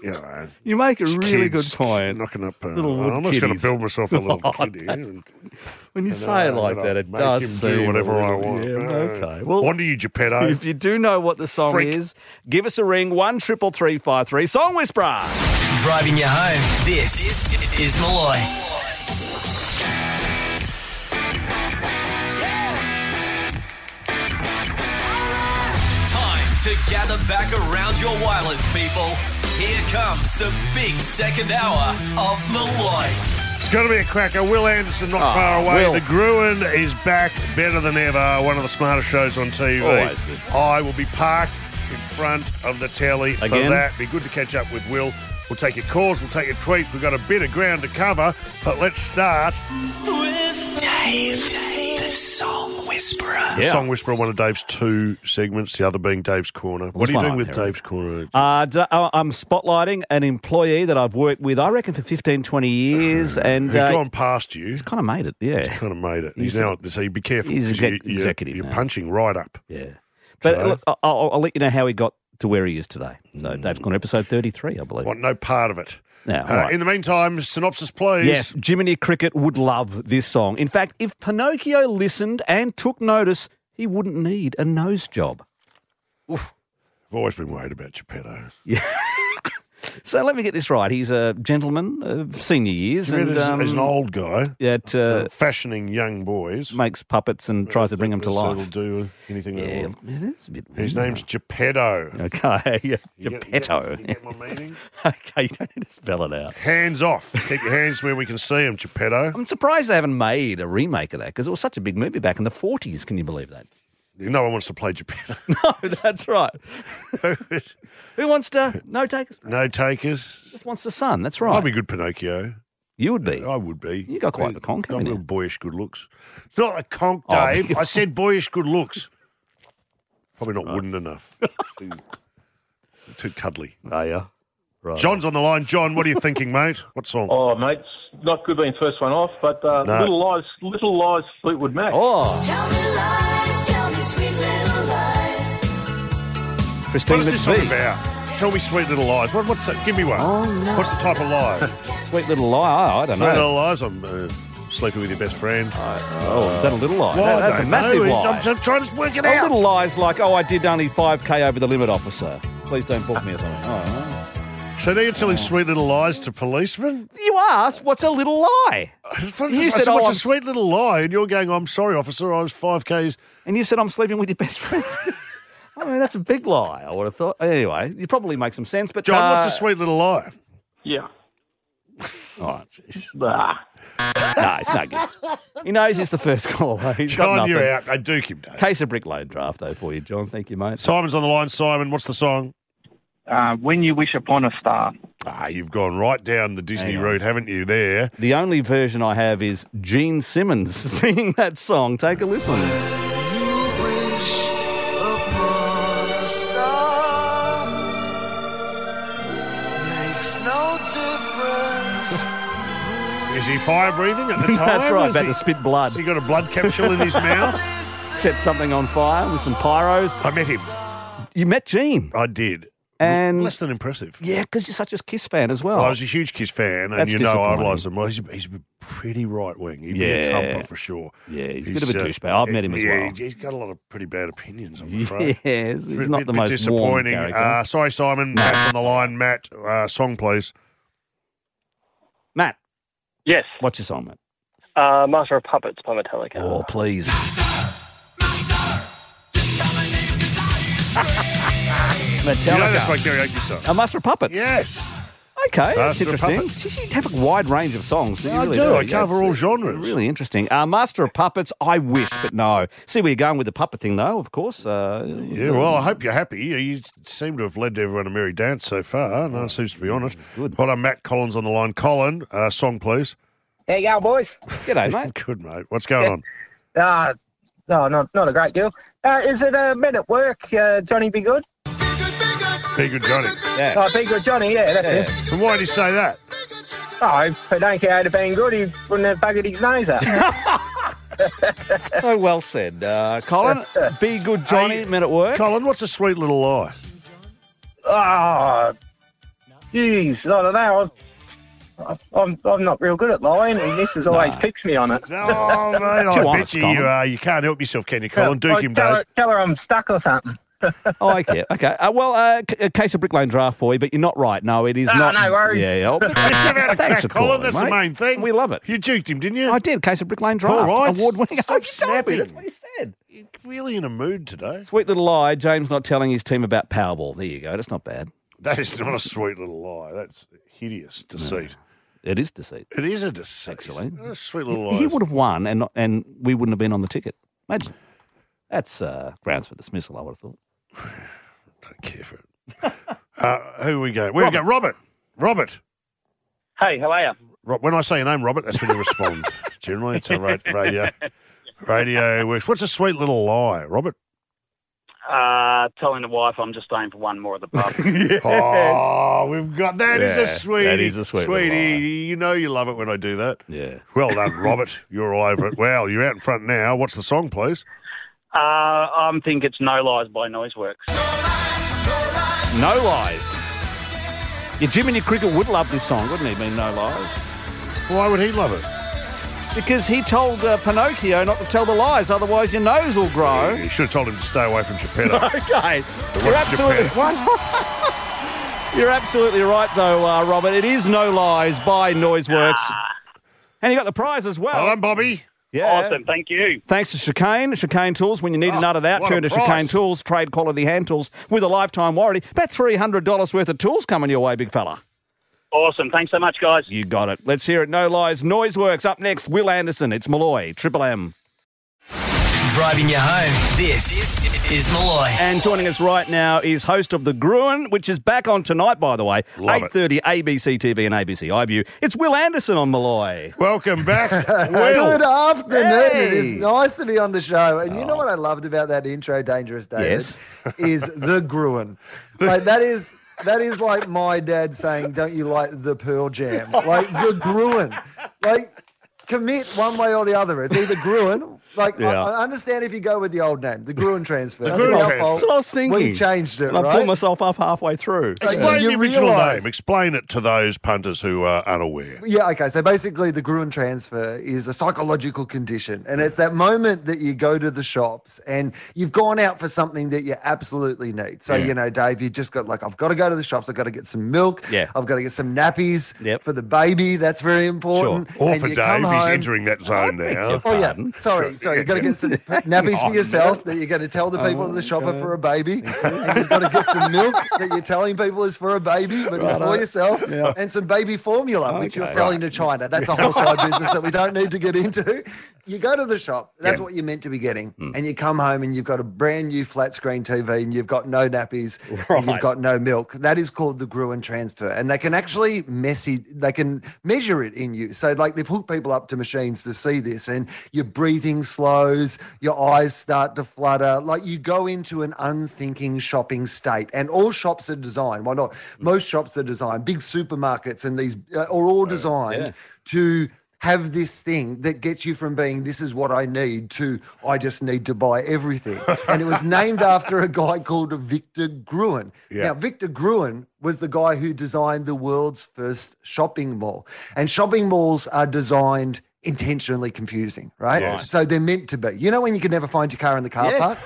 Speaker 2: You know,
Speaker 3: You make a really
Speaker 2: kids
Speaker 3: good point.
Speaker 2: Knocking up. Uh,
Speaker 3: Little wood
Speaker 2: I'm just going
Speaker 3: kiddies.
Speaker 2: to build myself a little
Speaker 3: Oh,
Speaker 2: kid here.
Speaker 3: that-
Speaker 2: and-
Speaker 3: When you
Speaker 2: and,
Speaker 3: say it
Speaker 2: uh,
Speaker 3: like
Speaker 2: and
Speaker 3: that,
Speaker 2: I'll
Speaker 3: it
Speaker 2: make
Speaker 3: does
Speaker 2: him
Speaker 3: seem
Speaker 2: do
Speaker 3: a
Speaker 2: whatever I
Speaker 3: little-
Speaker 2: want.
Speaker 3: yeah,
Speaker 2: Uh,
Speaker 3: okay. Well,
Speaker 2: wonder you, Geppetto.
Speaker 3: If you do know what the song
Speaker 2: Freak.
Speaker 3: is, give us a ring one triple three five three song whisperer.
Speaker 1: Driving you home, this is Malloy. Time to gather back around your wireless, people. Here comes the big second hour of Malloy.
Speaker 2: It's going to be a cracker. Will Anderson not
Speaker 1: Ah,
Speaker 2: far away.
Speaker 1: Will.
Speaker 2: The Gruen is back better than ever. One of the smartest shows on TV.
Speaker 1: Always good.
Speaker 2: I will be parked in front of the telly
Speaker 3: Again?
Speaker 2: for that. Be good to catch up with Will. We'll take your calls, we'll take your tweets. We've got a bit of ground to cover, but let's start.
Speaker 10: With Dave, the song whisperer.
Speaker 2: The Song Whisperer, one of Dave's two segments, the other being Dave's Corner. What
Speaker 3: What's
Speaker 2: are you
Speaker 3: my
Speaker 2: doing
Speaker 3: line
Speaker 2: with
Speaker 3: here?
Speaker 2: Dave's Corner?
Speaker 3: Uh, d- uh, I'm spotlighting an employee that I've worked with, I reckon, for 15, 20 years. And
Speaker 2: Who's gone past you? He's
Speaker 3: uh, kind of made it, yeah.
Speaker 2: He's kind of made it.
Speaker 3: He's
Speaker 2: He's,
Speaker 3: a-
Speaker 2: now, so you be careful.
Speaker 3: he's
Speaker 2: 'cause
Speaker 3: exec-
Speaker 2: you- you're-
Speaker 3: executive
Speaker 2: You're
Speaker 3: now.
Speaker 2: punching right up.
Speaker 3: Yeah. But
Speaker 2: Okay.
Speaker 3: look, I- I'll, I'll let you know how he got to where he is today. So Dave's gone episode 33, I believe.
Speaker 2: Want no part of it.
Speaker 3: Now,
Speaker 2: Hmm. Uh,
Speaker 3: all right.
Speaker 2: In the meantime, synopsis, please.
Speaker 3: Yes, Jiminy Cricket would love this song. In fact, if Pinocchio listened and took notice, he wouldn't need a nose job.
Speaker 2: I've always been worried about Geppetto.
Speaker 3: Yeah. so let me get this right. He's a gentleman of senior years.
Speaker 2: Geppetto
Speaker 3: And,
Speaker 2: is,
Speaker 3: um,
Speaker 2: is an old guy
Speaker 3: That uh,
Speaker 2: fashioning young boys.
Speaker 3: makes puppets and tries to bring them to
Speaker 2: So
Speaker 3: life.
Speaker 2: He'll do anything they
Speaker 3: Yeah,
Speaker 2: want.
Speaker 3: it is a bit
Speaker 2: His
Speaker 3: weird,
Speaker 2: name's Geppetto.
Speaker 3: Okay, yeah,
Speaker 2: You get-
Speaker 3: Geppetto.
Speaker 2: you get my meaning?
Speaker 3: okay, you don't need to spell it out.
Speaker 2: Hands off. Keep your hands where we can see them, Geppetto.
Speaker 3: I'm surprised they haven't made a remake of that because it was such a big movie back in the 40s. Can you believe that?
Speaker 2: No one wants to play Geppetto.
Speaker 3: No, that's right. Who wants to? No takers.
Speaker 2: no takers.
Speaker 3: Just wants the sun. That's right.
Speaker 2: I'd be good Pinocchio.
Speaker 3: You would be.
Speaker 2: I would be.
Speaker 3: You got quite the conk,
Speaker 2: Got
Speaker 3: haven't
Speaker 2: real
Speaker 3: you?
Speaker 2: boyish good looks. Not a conk,
Speaker 3: Oh,
Speaker 2: Dave.
Speaker 3: you-
Speaker 2: I said boyish good looks. Probably not wooden enough. too, too cuddly.
Speaker 3: Oh, yeah. Right.
Speaker 2: John's on the line. John, what are you thinking, mate? What song?
Speaker 4: Oh, mate, it's not good being first one off, but uh,
Speaker 2: No.
Speaker 4: Little Lies, Little Lies, Fleetwood Mac.
Speaker 3: Oh, Christine
Speaker 2: what is this song
Speaker 3: McVie.
Speaker 2: about? Tell me sweet little lies. What, what's that? Give me one.
Speaker 3: Oh,
Speaker 2: What's the type of lie?
Speaker 3: Sweet little lie. I don't
Speaker 2: sweet little
Speaker 3: know.
Speaker 2: lies. I'm uh, sleeping with your best friend.
Speaker 3: Oh, is that a little lie?
Speaker 2: Well,
Speaker 3: That-
Speaker 2: I
Speaker 3: that's a
Speaker 2: don't
Speaker 3: massive
Speaker 2: know.
Speaker 3: lie.
Speaker 2: I'm, I'm trying to work it
Speaker 3: A
Speaker 2: out.
Speaker 3: little lie's like, oh, I did only 5K over the limit, officer. Please don't book me or something. Oh,
Speaker 2: So now you're telling sweet little lies to policemen?
Speaker 3: You asked, what's a little lie?
Speaker 2: you said,
Speaker 3: "Oh,
Speaker 2: what's
Speaker 3: I'm
Speaker 2: a sweet little lie? And you're going, I'm sorry, officer, I was 5Ks.
Speaker 3: And you said, I'm sleeping with your best friends. I mean, that's a big lie, I would have thought. Anyway, you probably make some sense, but.
Speaker 2: John, what's
Speaker 3: uh,
Speaker 2: a sweet little lie?
Speaker 4: Yeah.
Speaker 3: All right. no, it's not good. He knows it's the first call. He's got
Speaker 2: John,
Speaker 3: nothing.
Speaker 2: you're out. I duke him, Dave.
Speaker 3: Case of brick loan draft, though, for you, John. Thank you, mate.
Speaker 2: Simon's on the line. Simon, what's the song?
Speaker 5: Uh, when you wish upon a star.
Speaker 2: Ah, you've gone right down the Disney
Speaker 3: Hang on.
Speaker 2: route, haven't you, there?
Speaker 3: The only version I have is Gene Simmons singing that song. Take a listen.
Speaker 2: Is he fire breathing at the time?
Speaker 3: That's right,
Speaker 2: Is
Speaker 3: about
Speaker 2: he-
Speaker 3: to spit blood.
Speaker 2: Has he got a blood capsule in his mouth?
Speaker 3: Set something on fire with some pyros.
Speaker 2: I met him.
Speaker 3: you met Gene.
Speaker 2: I did.
Speaker 3: And
Speaker 2: Less than impressive.
Speaker 3: Yeah, because you're such a Kiss fan as well.
Speaker 2: Well, I was a huge Kiss fan, and
Speaker 3: That's
Speaker 2: you know I
Speaker 3: disappointing.
Speaker 2: idolise him. Well, he's, he's pretty right wing. He'd be
Speaker 3: Yeah.
Speaker 2: a Trumper for sure. uh,
Speaker 3: Yeah, he's a bit of a douchebag. I've met him as
Speaker 2: yeah,
Speaker 3: well.
Speaker 2: He's got a lot of pretty bad opinions, I'm afraid.
Speaker 3: Yes, he's
Speaker 2: Bit-
Speaker 3: not
Speaker 2: bit-
Speaker 3: the
Speaker 2: bit
Speaker 3: most warm
Speaker 2: disappointing.
Speaker 3: character.
Speaker 2: uh, sorry, Simon. Matt's on the line. Matt, uh, song, please.
Speaker 3: Matt.
Speaker 6: Yes.
Speaker 3: What's your song, Matt?
Speaker 6: Uh, Master of Puppets by Metallica.
Speaker 3: Oh, please. Metallica.
Speaker 2: You know that's my karaoke song.
Speaker 3: A Uh, Master of Puppets.
Speaker 2: Yes.
Speaker 3: Okay, that's
Speaker 2: Master of
Speaker 3: interesting.
Speaker 2: Puppets.
Speaker 3: Jeez, You have a wide range of songs. You
Speaker 2: I
Speaker 3: really
Speaker 2: do. I
Speaker 3: Yeah,
Speaker 2: cover
Speaker 3: it's,
Speaker 2: all
Speaker 3: uh,
Speaker 2: genres.
Speaker 3: Really interesting. Uh, Master of Puppets, I wish, but no. See where you're going with the puppet thing, though, of course. Uh,
Speaker 2: Yeah, well, I hope you're happy. You seem to have led everyone a merry dance so far, and
Speaker 3: Oh,
Speaker 2: that seems to be honest. Good. Hold on, Matt Collins on the line. Colin, uh, song, please.
Speaker 7: How you going, boys?
Speaker 3: G'day, mate.
Speaker 2: Good, mate. What's going on?
Speaker 7: Uh, no, not, not a great deal. Uh, is it uh, Men at Work, uh, Johnny Be Good?
Speaker 2: Be good, Johnny.
Speaker 7: Yeah. Oh, Be Good Johnny, yeah, that's it.
Speaker 2: And why did he say that?
Speaker 7: Oh, if it don't care to being good, he wouldn't have buggered his nose up.
Speaker 3: so well said. Uh, Colin, be good, Johnny, men at work.
Speaker 2: Colin, what's a sweet little lie?
Speaker 7: oh, jeez, I don't know. I'm, I'm, I'm not real good at lying, and this has always picks me on it.
Speaker 2: No, Oh, mate, I
Speaker 7: Too
Speaker 2: bet
Speaker 7: honest,
Speaker 2: you
Speaker 7: Colin.
Speaker 2: you, uh, you can't help yourself, can you,
Speaker 3: Uh,
Speaker 2: Colin? Duke
Speaker 7: Oh,
Speaker 2: him,
Speaker 7: tell,
Speaker 2: Dave.
Speaker 7: her, tell her I'm stuck or something.
Speaker 3: Oh, I get. Okay. Uh, well, uh, c- a case of Brick Lane draft for you, but you're not right. No, it is
Speaker 7: Ah,
Speaker 3: not.
Speaker 7: no worries.
Speaker 3: Yeah, yeah.
Speaker 7: Let's give
Speaker 2: it a
Speaker 3: Thanks
Speaker 2: crack,
Speaker 3: for
Speaker 2: Colin.
Speaker 3: calling,
Speaker 2: That's the
Speaker 3: mate.
Speaker 2: main thing.
Speaker 3: We love it.
Speaker 2: You juked him, didn't you?
Speaker 3: I did. Case of Brick Lane draft.
Speaker 2: All right.
Speaker 3: Award winning.
Speaker 2: Stop snapping.
Speaker 3: That's what you said.
Speaker 2: You're really in a mood today.
Speaker 3: Sweet little lie. James not telling his team about Powerball. There you go. That's not bad.
Speaker 2: That is not a sweet little lie. That's hideous deceit.
Speaker 3: It is deceit.
Speaker 2: It is a deceit. Actually. A sweet little
Speaker 3: He
Speaker 2: lie.
Speaker 3: would have won, and not, and we wouldn't have been on the ticket. Imagine. That's uh, grounds for dismissal. I would have thought.
Speaker 2: Don't care for it. Uh, who we go? Where we go? Robert. Robert.
Speaker 8: Hey, how are you?
Speaker 2: Rob, when I say your name, Robert, that's when you respond. Generally, it's a ra- radio. Radio works. What's a sweet little lie, Robert?
Speaker 8: Uh, telling the wife I'm just staying for one more at the pub.
Speaker 2: Oh, we've got that is
Speaker 8: Yeah,
Speaker 2: a sweetie.
Speaker 8: that is a sweet little
Speaker 2: sweetie. You know you love it when I do that.
Speaker 3: Yeah.
Speaker 2: Well done, Robert. You're all over it. Well, you're out in front now. What's the song, please?
Speaker 8: uh, I'm think it's No Lies by Noiseworks.
Speaker 3: No lies. Yeah, Jiminy Cricket would love this song, wouldn't he? Mean no lies.
Speaker 2: Why would he love it?
Speaker 3: Because he told uh, Pinocchio not to tell the lies, otherwise your nose will grow.
Speaker 2: You should have told him to stay away from Geppetto.
Speaker 3: okay,
Speaker 2: The
Speaker 3: you're
Speaker 2: Rock
Speaker 3: absolutely you're absolutely right though, uh, Robert. It is no lies by Noiseworks, and you got the prize as well.
Speaker 2: Hello, Bobby.
Speaker 3: Yeah.
Speaker 8: Awesome, thank you.
Speaker 3: Thanks to Chicane, Chicane Tools. When you need a nut of that,
Speaker 8: Ah, what
Speaker 3: turn
Speaker 8: a
Speaker 3: to Chicane
Speaker 8: price.
Speaker 3: Tools, trade quality hand tools with a lifetime warranty. About $300 worth of tools coming your way, big fella.
Speaker 8: Awesome, thanks so much, guys.
Speaker 3: You got it. Let's hear it. No lies. Noiseworks up next. Will Anderson. It's Malloy. Triple M.
Speaker 1: Driving you home. This, is Malloy.
Speaker 3: And joining us right now is host of The Gruen, which is back on tonight, by the way.
Speaker 2: Love it.
Speaker 3: 8.30 ABC TV and ABC iView. It's Will Anderson on Malloy.
Speaker 2: Welcome back.
Speaker 21: Good afternoon. It is
Speaker 3: Hey. Oh.
Speaker 21: nice to be on the show. And you know what I loved about that intro, Dangerous David,
Speaker 3: Yes.
Speaker 21: is the Gruen. Like that is that is like my dad saying, "Don't you like the Pearl Jam?" Like the Gruen. Like commit one way or the other. It's either Gruen. Like
Speaker 3: Yeah.
Speaker 21: I, I understand if you go with the old name, the Gruen transfer.
Speaker 3: The
Speaker 21: It's
Speaker 3: Gruen
Speaker 21: our
Speaker 3: transfer.
Speaker 21: fault.
Speaker 3: That's what I was
Speaker 21: We
Speaker 3: thinking.
Speaker 21: changed it,
Speaker 3: I
Speaker 21: right?
Speaker 3: pulled myself up halfway through.
Speaker 21: Like,
Speaker 2: Explain
Speaker 21: you
Speaker 2: the original
Speaker 21: realise-
Speaker 2: name. Explain it to those punters who are unaware.
Speaker 21: Yeah, okay. So basically, the Gruen transfer is a psychological condition. And it's that moment that you go to the shops and you've gone out for something that you absolutely need. So,
Speaker 25: Yeah.
Speaker 21: you know, Dave, you just got like, I've got to go to the shops. I've got to get some milk.
Speaker 25: Yeah.
Speaker 21: I've got to get some nappies for the baby. That's very important.
Speaker 2: Or
Speaker 21: And
Speaker 2: for
Speaker 21: you
Speaker 2: Dave,
Speaker 21: come
Speaker 2: he's
Speaker 21: home-
Speaker 2: entering that zone now.
Speaker 21: Oh yeah, sorry, sorry. You've got to get some nappies
Speaker 2: Hang on. Uh,
Speaker 21: for yourself that you're going to tell the people at the shop are for a baby, and you've got to get some milk that you're telling people is for a baby, but it's for
Speaker 25: Righto.
Speaker 21: yourself,
Speaker 25: Yeah.
Speaker 21: and some baby formula which you're
Speaker 25: Okay.
Speaker 21: selling to China. That's a whole side business that we don't need to get into. You go to the shop. That's
Speaker 25: Yeah. Hmm.
Speaker 21: what you're meant to be getting, and you come home and you've got a brand new flat screen TV, and you've got no nappies, and you've
Speaker 25: Right.
Speaker 21: got no milk. That is called the Gruen transfer, and they can actually messy, they can measure it in you. So like they've hooked people up to machines to see this, and your breathing slows, your eyes start to flutter, like you go into an unthinking shopping state. And all shops are designed. Why not? Most shops are designed. Big supermarkets and these uh, are all designed to have this thing that gets you from being this is what I need to I just need to buy everything. and it was named after a guy called Victor Gruen.
Speaker 2: Yeah.
Speaker 21: Now, Victor Gruen was the guy who designed the world's first shopping mall. And shopping malls are designed intentionally confusing, right?
Speaker 2: Yes.
Speaker 21: So they're meant to be. You know when you can never find your car in the car
Speaker 2: Yes.
Speaker 21: park?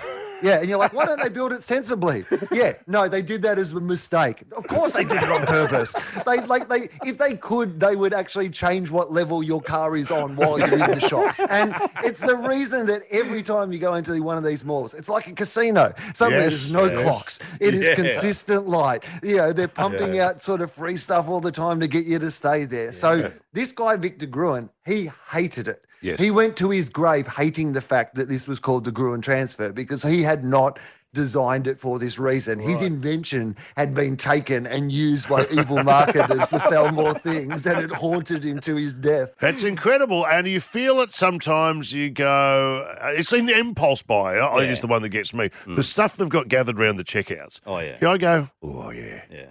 Speaker 21: Yeah, and you're like, why don't they build it sensibly? Yeah, no, they did that as a mistake. Of course, they did it on purpose. They like they if they could, they would actually change what level your car is on while you're in the shops. And it's the reason that every time you go into one of these malls, it's like a casino. Suddenly,
Speaker 2: Yes,
Speaker 21: there's no
Speaker 2: yes.
Speaker 21: clocks. It is
Speaker 2: Yeah.
Speaker 21: consistent light. You know, they're pumping
Speaker 2: Yeah.
Speaker 21: out sort of free stuff all the time to get you to stay there.
Speaker 2: Yeah.
Speaker 21: So this guy Victor Gruen, he hated it.
Speaker 2: Yes.
Speaker 21: He went to his grave hating the fact that this was called the Gruen transfer because he had not designed it for this reason. His invention had been taken and used by evil marketers to sell more things and it haunted him to his death.
Speaker 2: That's incredible. And you feel it sometimes. You go, uh, it's an impulse buy. I I
Speaker 21: Yeah.
Speaker 2: is the one that gets me. The stuff they've got gathered around the checkouts. Oh, yeah. I go, oh, yeah.
Speaker 3: Yeah.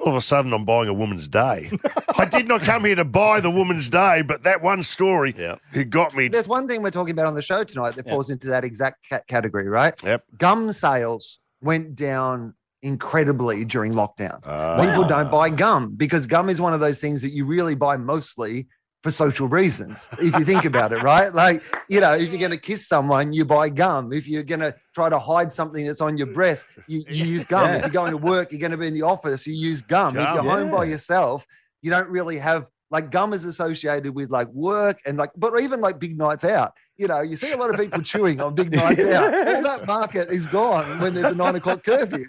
Speaker 2: All of a sudden, I'm buying a woman's day. I did not come here to buy the woman's day, but that one story, it got me.
Speaker 21: There's one thing we're talking about on the show tonight that
Speaker 2: Yeah.
Speaker 21: falls into that exact ca- category, right?
Speaker 2: Yep.
Speaker 21: Gum sales went down incredibly during lockdown.
Speaker 2: Ah.
Speaker 21: People don't buy gum because gum is one of those things that you really buy mostly for social reasons, if you think about it, right? Like, you know, if you're going to kiss someone, you buy gum. If you're going to try to hide something that's on your breast, you, you use gum.
Speaker 2: Yeah.
Speaker 21: If you're going to work, you're going to be in the office, you use gum. if you're
Speaker 2: Gum,
Speaker 21: home by
Speaker 2: yeah.
Speaker 21: yourself, you don't really have like gum is associated with like work and like, but even like big nights out. You know, you see a lot of people chewing on big nights out. All that market is gone when there's a nine o'clock curfew.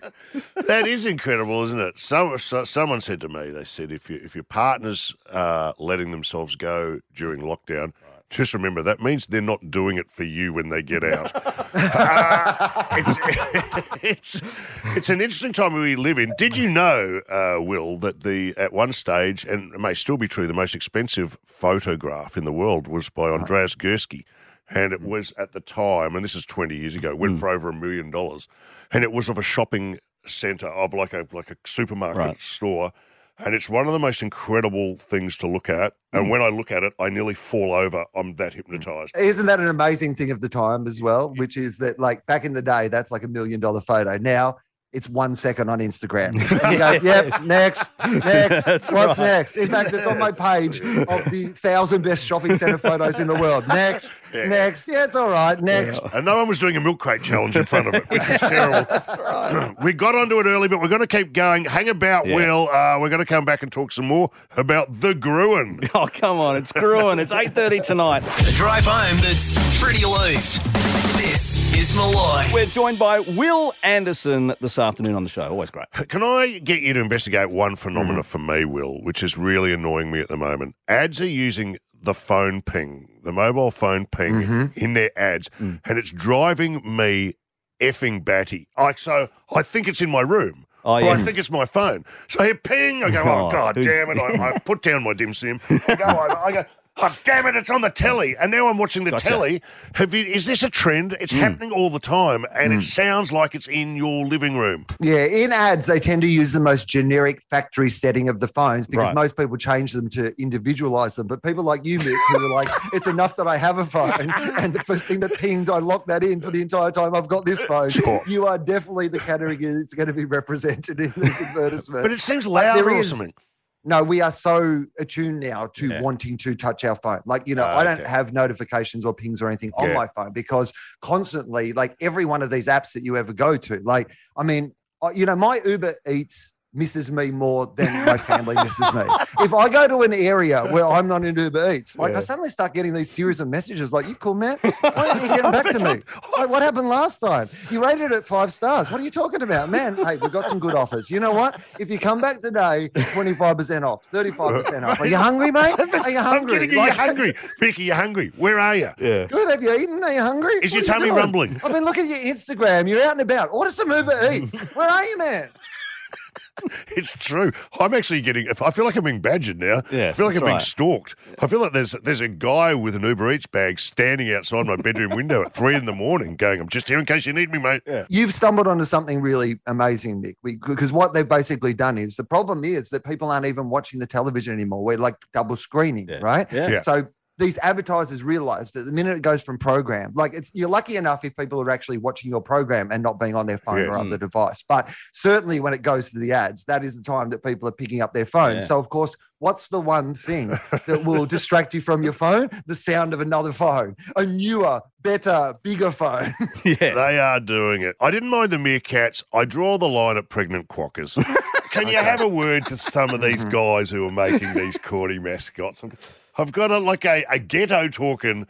Speaker 2: that is incredible, isn't it? Some, so, someone said to me, they said, if, you, if your partner's uh, letting themselves go during lockdown, just remember that means they're not doing it for you when they get out. Uh, it's, it's, it's an interesting time we live in. Did you know, uh, Will, that the at one stage, and it may still be true, the most expensive photograph in the world was by Andreas Gursky. And it was at the time, and this is 20 years ago, went for over a million dollars. And it was of a shopping center, of like a like a supermarket store. And it's one of the most incredible things to look at. And when I look at it, I nearly fall over. I'm that hypnotized.
Speaker 21: Isn't that an amazing thing of the time as well? Which is that like back in the day, that's like a million dollar photo. Now it's one second on Instagram. And you go, yep, next, next,
Speaker 2: That's
Speaker 21: what's
Speaker 2: right.
Speaker 21: next? In fact, it's on my page of the thousand best shopping center photos in the world. Next,
Speaker 2: Yeah.
Speaker 21: next, yeah, it's all right. Next.
Speaker 2: And no one was doing a milk crate challenge in front of it, which was terrible. we got onto it early, but we're going to keep going. Hang about,
Speaker 3: Yeah.
Speaker 2: Will. Uh, we're going to come back and talk some more about the Gruen.
Speaker 3: Oh, come on. It's Gruen. It's 8.30 tonight.
Speaker 1: A drive home that's pretty loose. This is Malloy.
Speaker 3: We're joined by Will Anderson this afternoon on the show. Always great.
Speaker 2: Can I get you to investigate one
Speaker 3: Mm.
Speaker 2: phenomena for me, Will, which is really annoying me at the moment? Ads are using the phone ping, the mobile phone ping
Speaker 3: Mm-hmm.
Speaker 2: in their ads,
Speaker 3: Mm.
Speaker 2: and it's driving me effing batty. Like, so I think it's in my room.
Speaker 3: Oh,
Speaker 2: or I
Speaker 3: yeah.
Speaker 2: think it's my phone. So I hear ping. I go, oh,
Speaker 3: Oh,
Speaker 2: God
Speaker 3: who's-
Speaker 2: damn it. I, I put down my dim sim. I go, over, I go, oh, damn it, it's on the telly. And now I'm watching the
Speaker 3: Gotcha. Mm.
Speaker 2: telly. Have you, is this a trend? It's happening all the time, and it sounds like it's in your living room.
Speaker 21: Yeah, in ads, they tend to use the most generic factory setting of the phones because
Speaker 2: Right.
Speaker 21: most people change them to individualize them. But people like you, Mick, who are like, it's enough that I have a phone. And the first thing that pinged, I locked that in for the entire time I've got this phone.
Speaker 2: Sure.
Speaker 21: You are definitely the category that's going to be represented in this advertisement.
Speaker 2: But it seems
Speaker 21: Like,
Speaker 2: loud
Speaker 21: there
Speaker 2: or
Speaker 21: is-
Speaker 2: something.
Speaker 21: No, we are so attuned now to wanting to touch our phone. Like, you know, I don't
Speaker 2: Ah, okay.
Speaker 21: have notifications or pings or anything on
Speaker 2: Yeah.
Speaker 21: my phone because constantly, like every one of these apps that you ever go to, like, I mean, I- you know, my Uber Eats misses me more than my family misses me. If I go to an area where I'm not in Uber Eats, like
Speaker 2: Yeah.
Speaker 21: I suddenly start getting these series of messages like, you cool, man? Why aren't you getting back to me? Like, what happened last time? You rated it five stars. What are you talking about? Man, hey, we've got some good offers. You know what? If you come back today, 25% off, 35% off. Are you hungry, mate? Are you hungry?
Speaker 2: I'm getting
Speaker 21: Like-
Speaker 2: you hungry. Vicky, you hungry. Where are you? Yeah.
Speaker 21: Good. Have you eaten? Are you hungry? What
Speaker 2: Is your
Speaker 21: are you
Speaker 2: tummy
Speaker 21: doing?
Speaker 2: rumbling?
Speaker 21: I've been looking at your Instagram. You're out and about. Order some Uber Eats. Where are you, man?
Speaker 2: It's true. I'm actually getting. I feel like I'm being badgered now.
Speaker 3: Yeah,
Speaker 2: I feel like
Speaker 3: that's
Speaker 2: I'm being
Speaker 3: right.
Speaker 2: stalked. I feel like there's there's a guy with an Uber Eats bag standing outside my bedroom window at three in the morning, going, "I'm just here in case you need me, mate." Yeah.
Speaker 21: You've stumbled onto something really amazing, Nick. Because what they've basically done is the problem is that people aren't even watching the television anymore. We're like double screening, right?
Speaker 2: Yeah. Yeah.
Speaker 21: So these advertisers realize that the minute it goes from program, like it's you're lucky enough if people are actually watching your program and not being on their phone
Speaker 11: Yeah.
Speaker 21: or
Speaker 11: Mm.
Speaker 21: other device. But certainly when it goes to the ads, that is the time that people are picking up their phone.
Speaker 11: Yeah.
Speaker 21: So of course, what's the one thing that will distract you from your phone? The sound of another phone, a newer, better, bigger phone.
Speaker 2: Yeah. They are doing it. I didn't mind the meerkats. I draw the line at pregnant quackers. Can you have a word to some of these
Speaker 21: Mm-hmm.
Speaker 2: guys who are making these corny mascots? I've got a like a, a ghetto talking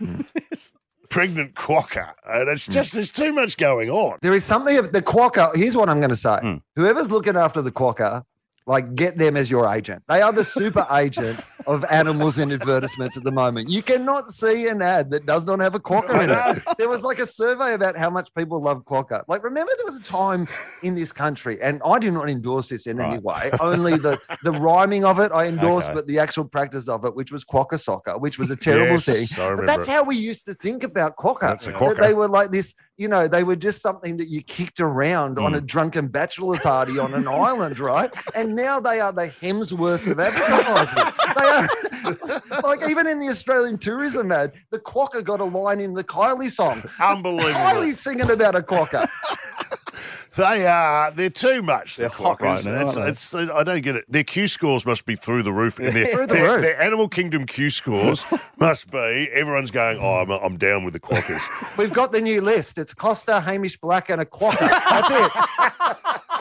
Speaker 2: pregnant quacker, and it's
Speaker 21: Mm.
Speaker 2: just there's too much going on.
Speaker 21: There is something of the quokka. Here's what I'm going to say:
Speaker 2: Hmm.
Speaker 21: whoever's looking after the quokka, like get them as your agent. They are the super agent of animals in advertisements at the moment. You cannot see an ad that does not have a quokka in it. There was like a survey about how much people love quokka. Like, remember there was a time in this country, and I do not endorse this in any way. Only the the rhyming of it I endorse,
Speaker 2: Okay.
Speaker 21: but the actual practice of it, which was quokka soccer, which was a terrible
Speaker 2: Yes,
Speaker 21: thing.
Speaker 2: I
Speaker 21: But
Speaker 2: remember
Speaker 21: that's
Speaker 2: it.
Speaker 21: how we used to think about quokka.
Speaker 2: That's a
Speaker 21: that
Speaker 2: quokka.
Speaker 21: They were like this, you know, they were just something that you kicked around on
Speaker 2: Mm.
Speaker 21: a drunken bachelor party on an island, right? And now they are the Hemsworths of advertising. they are like even in the Australian tourism ad, the quokka got a line in the Kylie song.
Speaker 2: Unbelievable.
Speaker 21: Kylie's singing about a quokka.
Speaker 2: They are. They're too much. They're
Speaker 21: hot
Speaker 2: quackers.
Speaker 21: right now,
Speaker 2: It's-
Speaker 21: aren't they?
Speaker 2: it's- I don't get it. Their Q scores must be through the roof. And their,
Speaker 21: Through the
Speaker 2: their-
Speaker 21: roof.
Speaker 2: their Animal Kingdom Q scores must be. Everyone's going. Oh, I'm, I'm down with the quackers.
Speaker 21: We've got the new list. It's Costa, Hamish Black, and a quokka. That's it.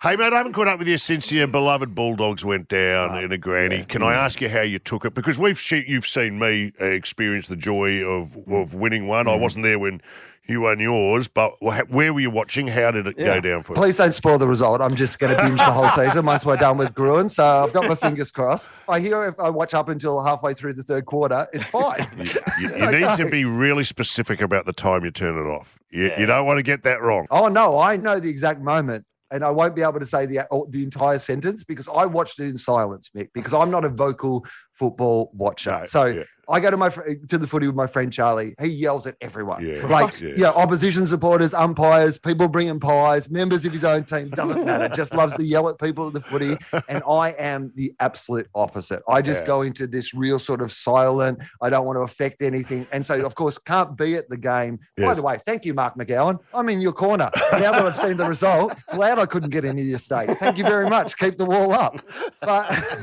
Speaker 2: Hey, mate, I haven't caught up with you since your beloved Bulldogs went down in a granny. Can
Speaker 21: Mm.
Speaker 2: I ask you how you took it? Because we've she- you've seen me uh, experience the joy of, of winning one. I
Speaker 21: Mm.
Speaker 2: wasn't there when you won yours, but wha- where were you watching? How did it go down for you?
Speaker 21: Please don't spoil the result. I'm just going to binge the whole season once we're done with Gruen. So I've got my fingers crossed. I hear if I watch up until halfway through the third quarter, it's fine.
Speaker 2: You,
Speaker 21: It's
Speaker 2: you need
Speaker 21: okay.
Speaker 2: to be really specific about the time you turn it off. You, you don't want to get that wrong.
Speaker 21: Oh no, I know the exact moment, and I won't be able to say the all- the entire sentence because I watched it in silence, Mick. Because I'm not a vocal football watcher, so. I go to my fr- to the footy with my friend Charlie. He yells at everyone,
Speaker 2: Yeah.
Speaker 21: like
Speaker 2: Yeah.
Speaker 21: yeah. opposition supporters, umpires, people bringing pies, members of his own team. Doesn't matter. Just loves to yell at people at the footy. And I am the absolute opposite. I just
Speaker 2: Yeah.
Speaker 21: go into this real sort of silent. I don't want to affect anything, and so of course can't be at the game. By
Speaker 2: Yes.
Speaker 21: the way, thank you, Mark McGowan. I'm in your corner now that I've seen the result. Glad I couldn't get into your state. Thank you very much. Keep the wall up. But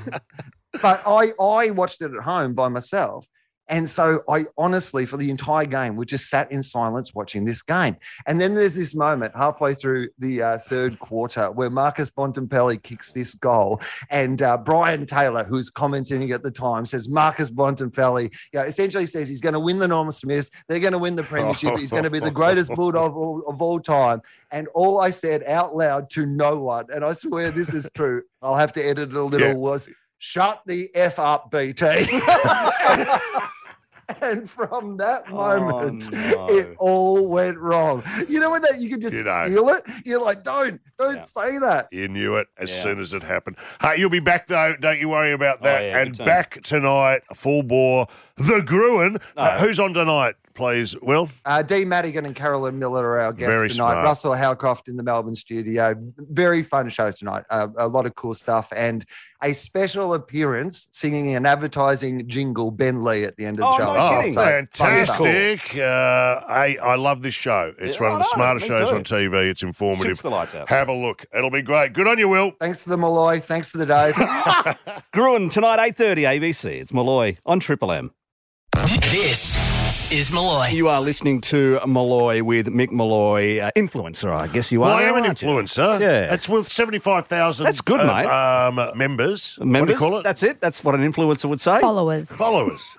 Speaker 21: but I I watched it at home by myself. And so I honestly, for the entire game, we just sat in silence watching this game. And then there's this moment halfway through the uh, third quarter where Marcus Bontempelli kicks this goal. And uh, Brian Taylor, who's commenting at the time, says Marcus Bontempelli you know, essentially says he's going to win the Norman Smiths. They're going to win the premiership. He's going to be the greatest Bulldog of all, of all time. And all I said out loud to no one, and I swear this is true, I'll have to edit it a little,
Speaker 2: Yeah.
Speaker 21: was shut the F up, BT. and from that
Speaker 2: Oh,
Speaker 21: moment,
Speaker 3: Oh,
Speaker 21: it all went wrong. You know when that you can just
Speaker 2: You know.
Speaker 21: feel it? You're like, don't, don't say that.
Speaker 2: You knew it as soon as it happened. Hey, you'll be back though. Don't you worry about that.
Speaker 11: yeah,
Speaker 2: and
Speaker 11: good time.
Speaker 2: back tonight, full bore. The Gruen. Uh,
Speaker 21: No.
Speaker 2: who's on tonight, please? Will.
Speaker 21: Uh, Dee Madigan and Carolyn Miller are our guests
Speaker 2: Very
Speaker 21: tonight.
Speaker 2: smart.
Speaker 21: Russell Howcroft in the Melbourne studio. Very fun show tonight. Uh, a lot of cool stuff and a special appearance singing an advertising jingle, Ben Lee, at the end of the
Speaker 2: Oh,
Speaker 21: show.
Speaker 2: no kidding.
Speaker 21: So, fun stuff.
Speaker 2: fantastic. Uh, I, I love this show. It's one of the
Speaker 21: I know,
Speaker 2: smartest
Speaker 21: me
Speaker 2: shows
Speaker 21: too.
Speaker 2: on TV. It's informative.
Speaker 21: Shoots the lights out.
Speaker 2: Have a look. It'll be great. Good on you, Will.
Speaker 21: Thanks to the Malloy. Thanks to the Dave.
Speaker 3: Gruen tonight, eight thirty, ABC. It's Malloy on Triple M.
Speaker 1: This is Malloy.
Speaker 3: You are listening to Malloy with Mick Malloy, uh, influencer. I guess you are.
Speaker 2: Well, I am an
Speaker 3: aren't you?
Speaker 2: influencer.
Speaker 3: Yeah,
Speaker 2: It's with 75,000
Speaker 3: That's good,
Speaker 2: uh,
Speaker 3: mate.
Speaker 2: Um, members. What do you
Speaker 3: Members?
Speaker 2: call it?
Speaker 3: That's it. That's what an influencer would say.
Speaker 12: Followers.
Speaker 2: Followers.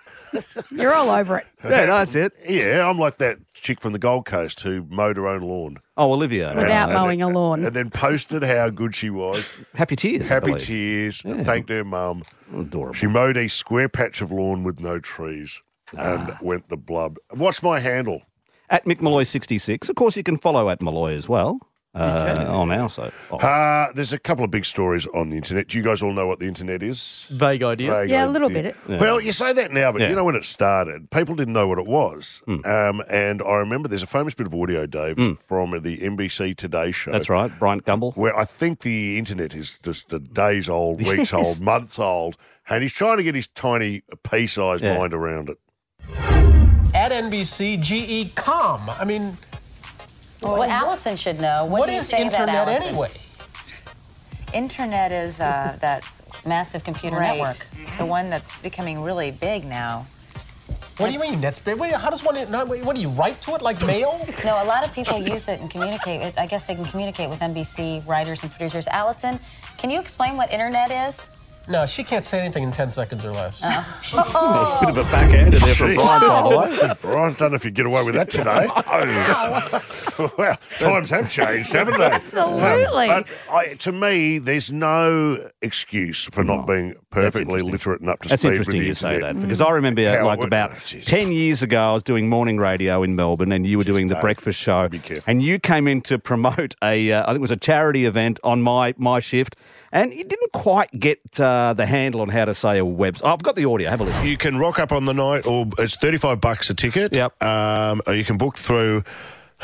Speaker 12: You're all over it.
Speaker 3: Yeah, no, that's it.
Speaker 2: Yeah, I'm like that chick from the Gold Coast who mowed her own lawn.
Speaker 3: Oh, Olivia.
Speaker 12: Without mowing a lawn.
Speaker 2: And then posted how good she was.
Speaker 3: Happy tears. I
Speaker 2: Happy
Speaker 3: believe.
Speaker 2: tears. Thanked her mum.
Speaker 3: Adorable.
Speaker 2: She mowed a square patch of lawn with no trees
Speaker 23: Ah.
Speaker 2: and went the blub. What's my handle?
Speaker 3: At Mick Malloy66. Of course, you can follow at Malloy as well. uh, on our site. Oh.
Speaker 2: Uh, there's a couple of big stories on the internet. Do you guys all know what the internet is?
Speaker 23: Vague idea.
Speaker 2: Vague
Speaker 23: Yeah, a little
Speaker 2: idea.
Speaker 23: bit. Yeah.
Speaker 2: Well, you say that now, but
Speaker 23: Yeah. Hmm.
Speaker 2: you know when it started, people didn't know what it was. Um, and I remember there's a famous bit of audio, Dave, from the NBC Today show.
Speaker 3: That's right, Brian Gumble.
Speaker 2: Where I think the internet is just a days old, weeks
Speaker 3: Yes.
Speaker 2: old, months old, and he's trying to get his tiny pea-sized
Speaker 3: Yeah.
Speaker 2: mind around it.
Speaker 11: At NBC, GE E Com. I mean,
Speaker 9: Well, Allison should know. What,
Speaker 11: what
Speaker 9: do you
Speaker 11: is
Speaker 9: say
Speaker 11: internet
Speaker 9: that, Allison?
Speaker 11: anyway?
Speaker 13: Internet is uh, that
Speaker 9: Massive computer
Speaker 13: right,
Speaker 9: network.
Speaker 12: Mm-hmm.
Speaker 13: the one that's becoming really big now.
Speaker 11: What do you mean? That's big. What do you- How does one? no, What do you write to it like mail?
Speaker 9: No, a lot of people use it and communicate. It, I guess they can communicate with NBC writers and producers. Allison, can you explain what internet is?
Speaker 11: No, she can't say anything in ten seconds or less.
Speaker 23: Uh-huh.
Speaker 9: Oh.
Speaker 2: Bit of a backhander
Speaker 11: there from Brian, by the way.
Speaker 2: Brian, don't know if you get away with that today. Oh. well, times have changed, haven't they?
Speaker 12: Absolutely.
Speaker 2: Um, but I, to me, there's no excuse for not being perfectly literate and up to
Speaker 3: That's
Speaker 2: speed.
Speaker 3: interesting
Speaker 2: with the
Speaker 3: you say
Speaker 2: internet.
Speaker 3: that because I remember uh,
Speaker 2: How it
Speaker 3: like
Speaker 2: works.
Speaker 3: about ten years ago I was doing morning radio in Melbourne and you were doing the breakfast show and you came in to promote a uh, I think it was a charity event on my my shift and you didn't quite get uh, the handle on how to say a website. I've got the audio. Have a listen.
Speaker 2: You can rock up on the night, or it's thirty-five bucks a ticket. Yep. Um, or you can book through.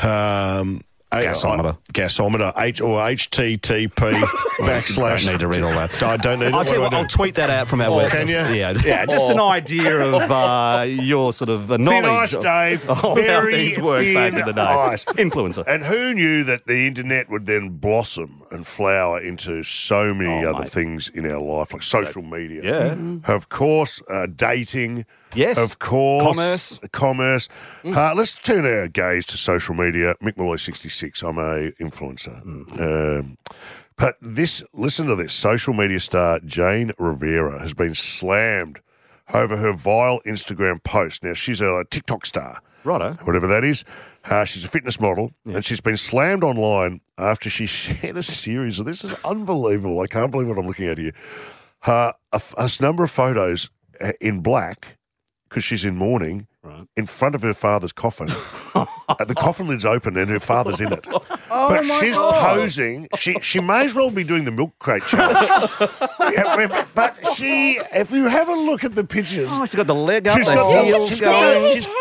Speaker 2: Um, gasometer, gasometer, H or HTTP backslash.
Speaker 3: need to read all that.
Speaker 2: I don't need.
Speaker 3: I'll
Speaker 2: what
Speaker 3: tell
Speaker 2: do
Speaker 3: you
Speaker 2: I
Speaker 3: what,
Speaker 2: do?
Speaker 3: I'll tweet that out from our
Speaker 2: Oh,
Speaker 3: website.
Speaker 2: can you?
Speaker 3: Yeah, yeah just an
Speaker 2: Oh.
Speaker 3: idea of uh, your sort of uh,
Speaker 2: Thin
Speaker 3: knowledge.
Speaker 2: ice,
Speaker 3: of-
Speaker 2: Dave.
Speaker 3: of how
Speaker 2: Very
Speaker 3: things Oh, worked
Speaker 2: thin
Speaker 3: back in the day.
Speaker 2: ice.
Speaker 3: Influencer.
Speaker 2: And who knew that the internet would then blossom and flower into so many other things in our life, like social media?
Speaker 3: Oh, Yeah. Mhm.
Speaker 2: Of course, uh, dating.
Speaker 3: Yes.
Speaker 2: Of course.
Speaker 3: Commerce. Mm.
Speaker 2: Commerce. Uh, let's turn our gaze to social media. Mick Malloy, 66. I'm a influencer.
Speaker 3: Mm.
Speaker 2: Um, but this, listen to this. Social media star Jane Rivera has been slammed over her vile Instagram post. Now, she's a TikTok star
Speaker 3: Righto.
Speaker 2: whatever that is. Uh, she's a fitness model, and she's been slammed online after she shared a series of this is unbelievable. I can't believe what I'm looking at here. Uh, a, f- a number of photos uh, in black because she's in mourning in front of her father's coffin. Uh, the coffin lid's open and her father's in it.
Speaker 10: Oh
Speaker 2: but
Speaker 10: my
Speaker 2: she's
Speaker 10: God.
Speaker 2: posing. She she may as well be doing the milk crate challenge. Yeah, remember, but she, if you have a look at the pictures,
Speaker 3: Oh, she's got the leg up,
Speaker 2: She's
Speaker 3: the
Speaker 2: got the-
Speaker 3: heels
Speaker 2: she's got
Speaker 3: going.
Speaker 2: the-
Speaker 3: She's-
Speaker 2: she's-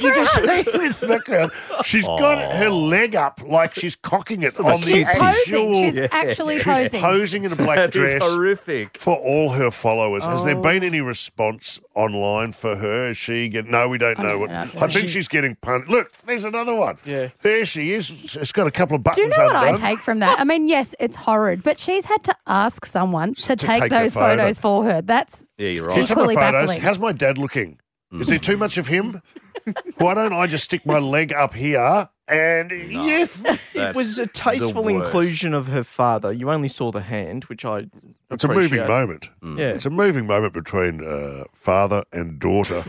Speaker 2: you can see her in the background. She's got
Speaker 3: Aw.
Speaker 2: her leg up like she's cocking it
Speaker 3: Some
Speaker 2: on the
Speaker 3: she's posing.
Speaker 2: actual.
Speaker 3: She's actually
Speaker 2: She's
Speaker 3: posing.
Speaker 2: posing in a black
Speaker 3: That is
Speaker 2: dress.
Speaker 3: horrific.
Speaker 2: For all her followers, has there
Speaker 3: Oh.
Speaker 2: been any response online for her? Is she get? No, we don't
Speaker 3: I
Speaker 2: know
Speaker 3: don't
Speaker 2: what.
Speaker 3: know.
Speaker 2: I think she's getting punished. Look, there's another one. Yeah, there she is. It's got a couple of buttons.
Speaker 12: Do you know what I
Speaker 2: undone.
Speaker 12: take from that? I mean, yes, it's horrid, but she's had to ask someone to,
Speaker 2: to
Speaker 12: take,
Speaker 2: take the
Speaker 12: those
Speaker 2: photo.
Speaker 12: photos for her. That's
Speaker 3: Yeah, you're
Speaker 2: Here's some of the
Speaker 12: equally
Speaker 2: photos.
Speaker 12: baffling.
Speaker 2: How's my dad looking? Is there too much of him? Why don't I just stick my leg up here and yeah?
Speaker 23: It was a
Speaker 2: the
Speaker 23: tasteful
Speaker 2: worst.
Speaker 23: inclusion of her father. You only saw the hand, which I.
Speaker 2: It's a moving
Speaker 23: appreciate.
Speaker 2: moment.
Speaker 3: Mm.
Speaker 23: Yeah.
Speaker 2: It's a moving moment between uh, father and daughter.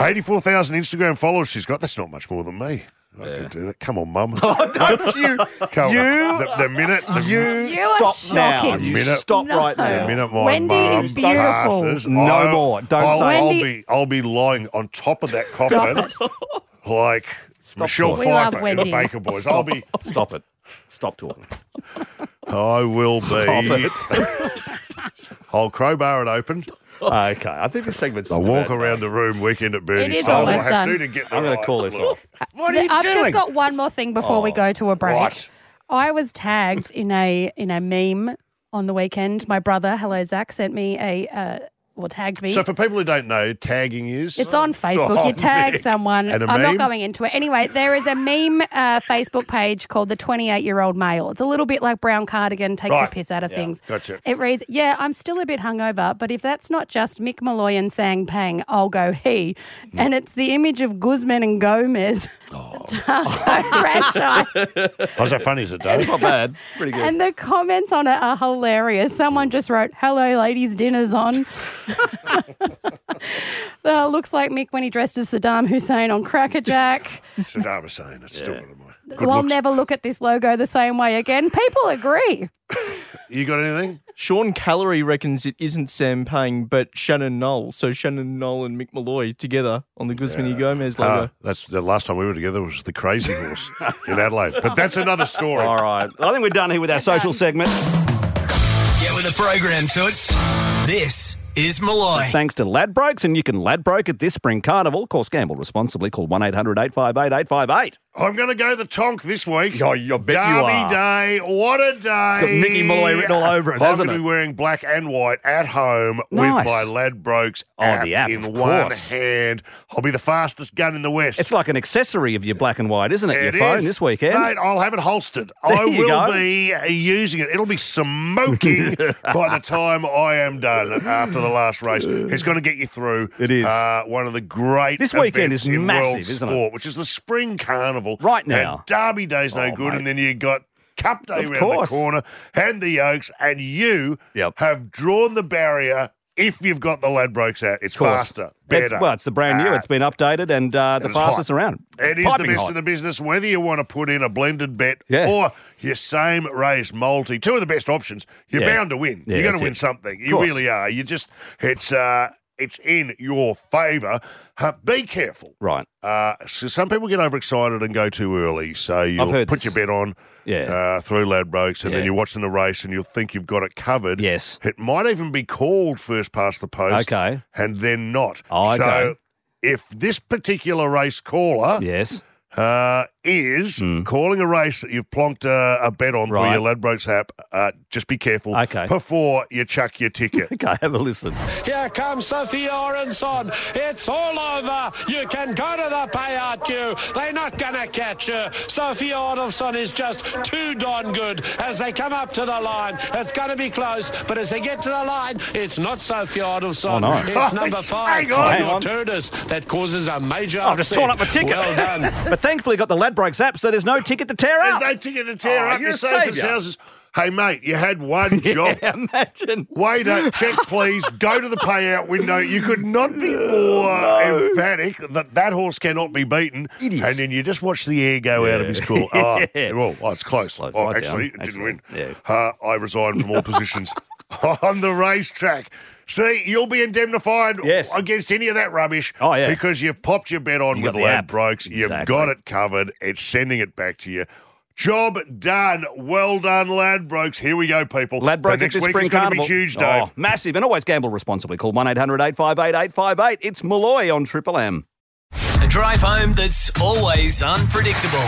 Speaker 2: 84,000 Instagram followers she's got. That's not much more than me. I could do that. Come on, mum.
Speaker 3: Oh, Don't you?
Speaker 2: Come
Speaker 3: you-
Speaker 2: on. The, the minute. The
Speaker 3: You,
Speaker 12: You are
Speaker 3: stop now.
Speaker 12: shocking.
Speaker 3: You
Speaker 2: Minute-
Speaker 3: stop right
Speaker 2: The
Speaker 3: now.
Speaker 2: minute my
Speaker 12: Wendy
Speaker 2: mum
Speaker 12: is beautiful.
Speaker 2: passes,
Speaker 3: No more. Don't
Speaker 2: I'll,
Speaker 3: say it.
Speaker 2: I'll
Speaker 12: Wendy-
Speaker 2: be, I'll be lying on top of that
Speaker 12: Stop
Speaker 2: coffin like Michelle
Speaker 3: it. We love
Speaker 2: Pfeiffer in the
Speaker 3: Wendy.
Speaker 2: Baker Boys. I'll be.
Speaker 3: Stop it. Stop talking.
Speaker 2: I will be.
Speaker 3: Stop
Speaker 2: I'll crowbar it open.
Speaker 3: Uh, Okay, I think this segment's.
Speaker 2: I walk around the room weekend at Bernie's.
Speaker 12: is
Speaker 2: so I'll
Speaker 12: almost
Speaker 2: have
Speaker 12: done.
Speaker 2: to to get.
Speaker 3: I'm
Speaker 2: going
Speaker 3: to call this off.
Speaker 2: What are you
Speaker 12: I've
Speaker 2: doing?
Speaker 12: just got one more thing before we
Speaker 2: Oh,
Speaker 12: go to a break.
Speaker 2: what?
Speaker 12: I was tagged in a in a meme on the weekend. My brother, hello Zach, sent me a uh, well tagged me.
Speaker 2: So for people who don't know, tagging is
Speaker 12: It's on Facebook.
Speaker 2: Oh,
Speaker 12: you tag
Speaker 2: Mick.
Speaker 12: someone.
Speaker 2: And a
Speaker 12: I'm
Speaker 2: meme?
Speaker 12: not going into it. Anyway, there is a meme uh, Facebook page called the 28 year old male. It's a little bit like Brown Cardigan takes
Speaker 2: Right.
Speaker 12: the piss out of
Speaker 2: Yeah.
Speaker 12: things.
Speaker 2: Gotcha.
Speaker 12: It reads, Yeah, I'm still a bit hungover, but if that's not just Mick Malloy and Sang Pang, I'll go he. And it's the image of Guzman and Gomez.
Speaker 2: Oh.
Speaker 12: franchise.
Speaker 2: How's that funny? oh, Is it Dave?
Speaker 3: Not bad. Pretty
Speaker 12: And the comments on it are hilarious. Someone just wrote, Hello, ladies, dinner's on. Uh, looks like Mick when he dressed as Saddam Hussein on Cracker Jack.
Speaker 2: Saddam Hussein. It's still one of my.
Speaker 12: we'll never look at this logo the same way again. People agree.
Speaker 2: You got anything?
Speaker 23: Sean Callery reckons it isn't Sam Payne, but Shannon Knoll. So Shannon Knoll and Mick Malloy together on the Guzman y Gomez logo.
Speaker 2: Ah, that's the last time we were together was the Crazy Horse in Adelaide. But that's another story.
Speaker 3: All right. I think we're done here with our social segment.
Speaker 1: Get with the program, Toots. This is Malloy.
Speaker 3: Thanks to Ladbrokes, and you can Ladbroke at this spring carnival. Of course, gamble responsibly. Call 1 800 858 858.
Speaker 2: I'm going to go the tonk this week.
Speaker 3: Oh, I bet
Speaker 2: Derby
Speaker 3: you are.
Speaker 2: Day. What a day. It's got
Speaker 3: Mickey Malloy written all over it,
Speaker 2: I'm
Speaker 3: hasn't
Speaker 2: gonna
Speaker 3: it?
Speaker 2: be wearing black and white at home
Speaker 3: Nice.
Speaker 2: with my Ladbrokes
Speaker 3: Oh,
Speaker 2: app,
Speaker 3: the app,
Speaker 2: in
Speaker 3: of
Speaker 2: one
Speaker 3: course.
Speaker 2: hand. I'll be the fastest gun in the West.
Speaker 3: It's like an accessory of your black and white, isn't it? your
Speaker 2: It
Speaker 3: phone
Speaker 2: is.
Speaker 3: this weekend.
Speaker 2: Mate, I'll have it holstered.
Speaker 3: There
Speaker 2: I
Speaker 3: you
Speaker 2: will
Speaker 3: go.
Speaker 2: be uh, using it. It'll be smoking by the time I am done after the last race. It's going to get you through. It
Speaker 3: is.
Speaker 2: uh, one of the great.
Speaker 3: This weekend
Speaker 2: events
Speaker 3: is
Speaker 2: in
Speaker 3: massive,
Speaker 2: world
Speaker 3: isn't it?
Speaker 2: sport, Which is the spring carnival
Speaker 3: Right now.
Speaker 2: And Derby Day's no
Speaker 3: Oh,
Speaker 2: good,
Speaker 3: mate.
Speaker 2: and then you got. Cup day
Speaker 3: Of
Speaker 2: round
Speaker 3: course.
Speaker 2: the corner and the Oaks, and you have drawn the barrier if you've got the Ladbrokes out. It's
Speaker 3: Of course.
Speaker 2: faster, better.
Speaker 3: It's- well, it's the brand new.
Speaker 2: Ah,
Speaker 3: It's been updated and uh,
Speaker 2: and
Speaker 3: the
Speaker 2: it's
Speaker 3: fastest
Speaker 2: hot.
Speaker 3: around.
Speaker 2: It is
Speaker 3: Piping
Speaker 2: the best
Speaker 3: hot.
Speaker 2: in the business, whether you want to put in a blended bet
Speaker 3: Yeah.
Speaker 2: or your same race multi. Two of the best options. You're
Speaker 3: Yeah.
Speaker 2: bound to win.
Speaker 3: Yeah,
Speaker 2: You're going
Speaker 3: that's
Speaker 2: to win
Speaker 3: it.
Speaker 2: something.
Speaker 3: Of
Speaker 2: You
Speaker 3: course.
Speaker 2: really are. You just it's uh it's in your favour. Uh, be careful.
Speaker 3: Right.
Speaker 2: Uh, so some people get overexcited and go too early. So you
Speaker 3: heard
Speaker 2: put
Speaker 3: this.
Speaker 2: your bet on
Speaker 3: Yeah.
Speaker 2: uh, through Ladbrokes, and
Speaker 3: Yeah.
Speaker 2: then you're watching the race, and you'll think you've got it covered.
Speaker 3: Yes.
Speaker 2: It might even be called first past the post.
Speaker 3: Okay.
Speaker 2: And then not.
Speaker 3: Oh,
Speaker 2: So
Speaker 3: okay.
Speaker 2: if this particular race caller
Speaker 3: yes
Speaker 2: uh, is calling a race that you've plonked uh, a bet on
Speaker 3: Hmm. Right.
Speaker 2: through your Ladbrokes app, uh, just be careful
Speaker 3: Okay.
Speaker 2: before you chuck your ticket.
Speaker 3: okay, have a listen.
Speaker 14: Here comes Sophie Aronson. It's all over. You can go to the payout queue. They're not going to catch her. Sophie Aronson is just too darn good as they come up to the line. It's going to be close, but as they get to the line, it's not Sophie Aronson.
Speaker 3: Oh, no.
Speaker 14: It's number five,
Speaker 3: Hang on. Hang on.
Speaker 14: Turtis, that causes a major
Speaker 3: I've just
Speaker 14: upset.
Speaker 3: torn up my ticket.
Speaker 14: Well done.
Speaker 3: but thankfully, got the Ladbrokes app, so there's no ticket to tear
Speaker 2: There's
Speaker 3: up.
Speaker 2: no ticket to tear
Speaker 3: Oh,
Speaker 2: up.
Speaker 3: you're
Speaker 2: You're
Speaker 3: a
Speaker 2: safe as
Speaker 3: saviour.
Speaker 2: houses. Hey, mate, you had one job.
Speaker 3: imagine.
Speaker 2: Waiter, check, please. Go to the payout window. You could not be more emphatic that that horse cannot be beaten.
Speaker 3: Idiot.
Speaker 2: And then you just watch the air go out of his call. Oh, well, oh, it's close. Oh,
Speaker 3: right
Speaker 2: actually,
Speaker 3: down.
Speaker 2: it didn't win. Uh, I resigned from all positions on the racetrack. See, you'll be indemnified
Speaker 3: Yes.
Speaker 2: against any of that rubbish.
Speaker 3: Oh, yeah.
Speaker 2: Because you've popped your bet on
Speaker 3: You
Speaker 2: with
Speaker 3: got the app.
Speaker 2: Ladbrokes. You've
Speaker 3: Exactly.
Speaker 2: got it covered. It's sending it back to you. Job done. Well done, Ladbrokes. Here we go, people.
Speaker 3: Ladbroke
Speaker 2: the next
Speaker 3: at this
Speaker 2: week
Speaker 3: spring
Speaker 2: is going to
Speaker 3: carnival.
Speaker 2: be huge, Dave.
Speaker 3: Oh, massive. And always gamble responsibly. Call 1 800 858 858. It's Malloy on Triple M.
Speaker 1: A drive home that's always unpredictable.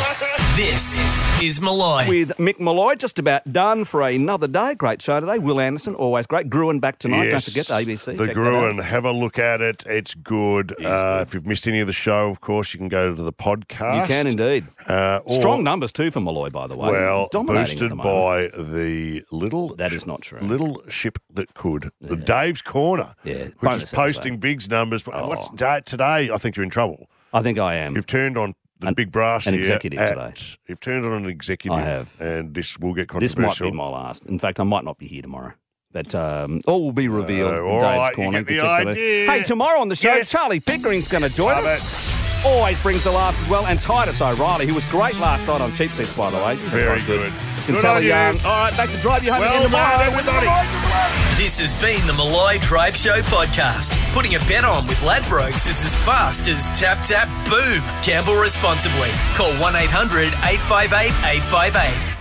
Speaker 1: This is Malloy.
Speaker 3: With Mick Malloy, just about done for another day. Great show today. Will Anderson, always great. Gruen back tonight. Don't
Speaker 2: Yes,
Speaker 3: forget ABC.
Speaker 2: The
Speaker 3: Check that
Speaker 2: Gruen.
Speaker 3: out.
Speaker 2: Have a look at it. It's good. Uh, If you've missed any of the show, of course, you can go to the podcast.
Speaker 3: You can indeed.
Speaker 2: Uh, or-
Speaker 3: Strong numbers too for Malloy, by the way.
Speaker 2: Well,
Speaker 3: Dominating at
Speaker 2: boosted
Speaker 3: the moment.
Speaker 2: by the little
Speaker 3: That is not true.
Speaker 2: little ship that could the Dave's Corner,
Speaker 3: Yeah,
Speaker 2: which
Speaker 3: bonus
Speaker 2: is posting Big's numbers. But What's
Speaker 3: Oh.
Speaker 2: da- today? I think you're in trouble.
Speaker 3: I think I am.
Speaker 2: You've turned on the big brass
Speaker 3: Hmm. an
Speaker 2: here
Speaker 3: executive
Speaker 2: at-
Speaker 3: today.
Speaker 2: You've turned on an executive.
Speaker 3: I have.
Speaker 2: and this will get
Speaker 3: This
Speaker 2: controversial.
Speaker 3: might be my last. In fact, I might not be here tomorrow. But um, all will be revealed.
Speaker 2: No,
Speaker 3: in
Speaker 2: Oh, all
Speaker 3: Dave's
Speaker 2: right, you
Speaker 3: Corner in
Speaker 2: get the
Speaker 3: particular.
Speaker 2: idea.
Speaker 3: Hey, tomorrow on the show,
Speaker 2: Yes.
Speaker 3: Charlie Pickering's going to join
Speaker 2: Love
Speaker 3: us. Always brings the laughs as well. And Titus O'Reilly, who was great last night on Cheap Seats, by the way.
Speaker 2: Very good.
Speaker 3: Can
Speaker 2: Good
Speaker 3: tell
Speaker 2: on
Speaker 3: the
Speaker 2: you.
Speaker 3: yarn. All right, back to drive you home
Speaker 2: Well
Speaker 3: again tomorrow.
Speaker 2: done, everybody.
Speaker 1: This has been the Malloy Drive Show podcast. Putting a bet on with Ladbrokes is as fast as tap, tap, boom. Gamble responsibly. Call 1 800 858 858.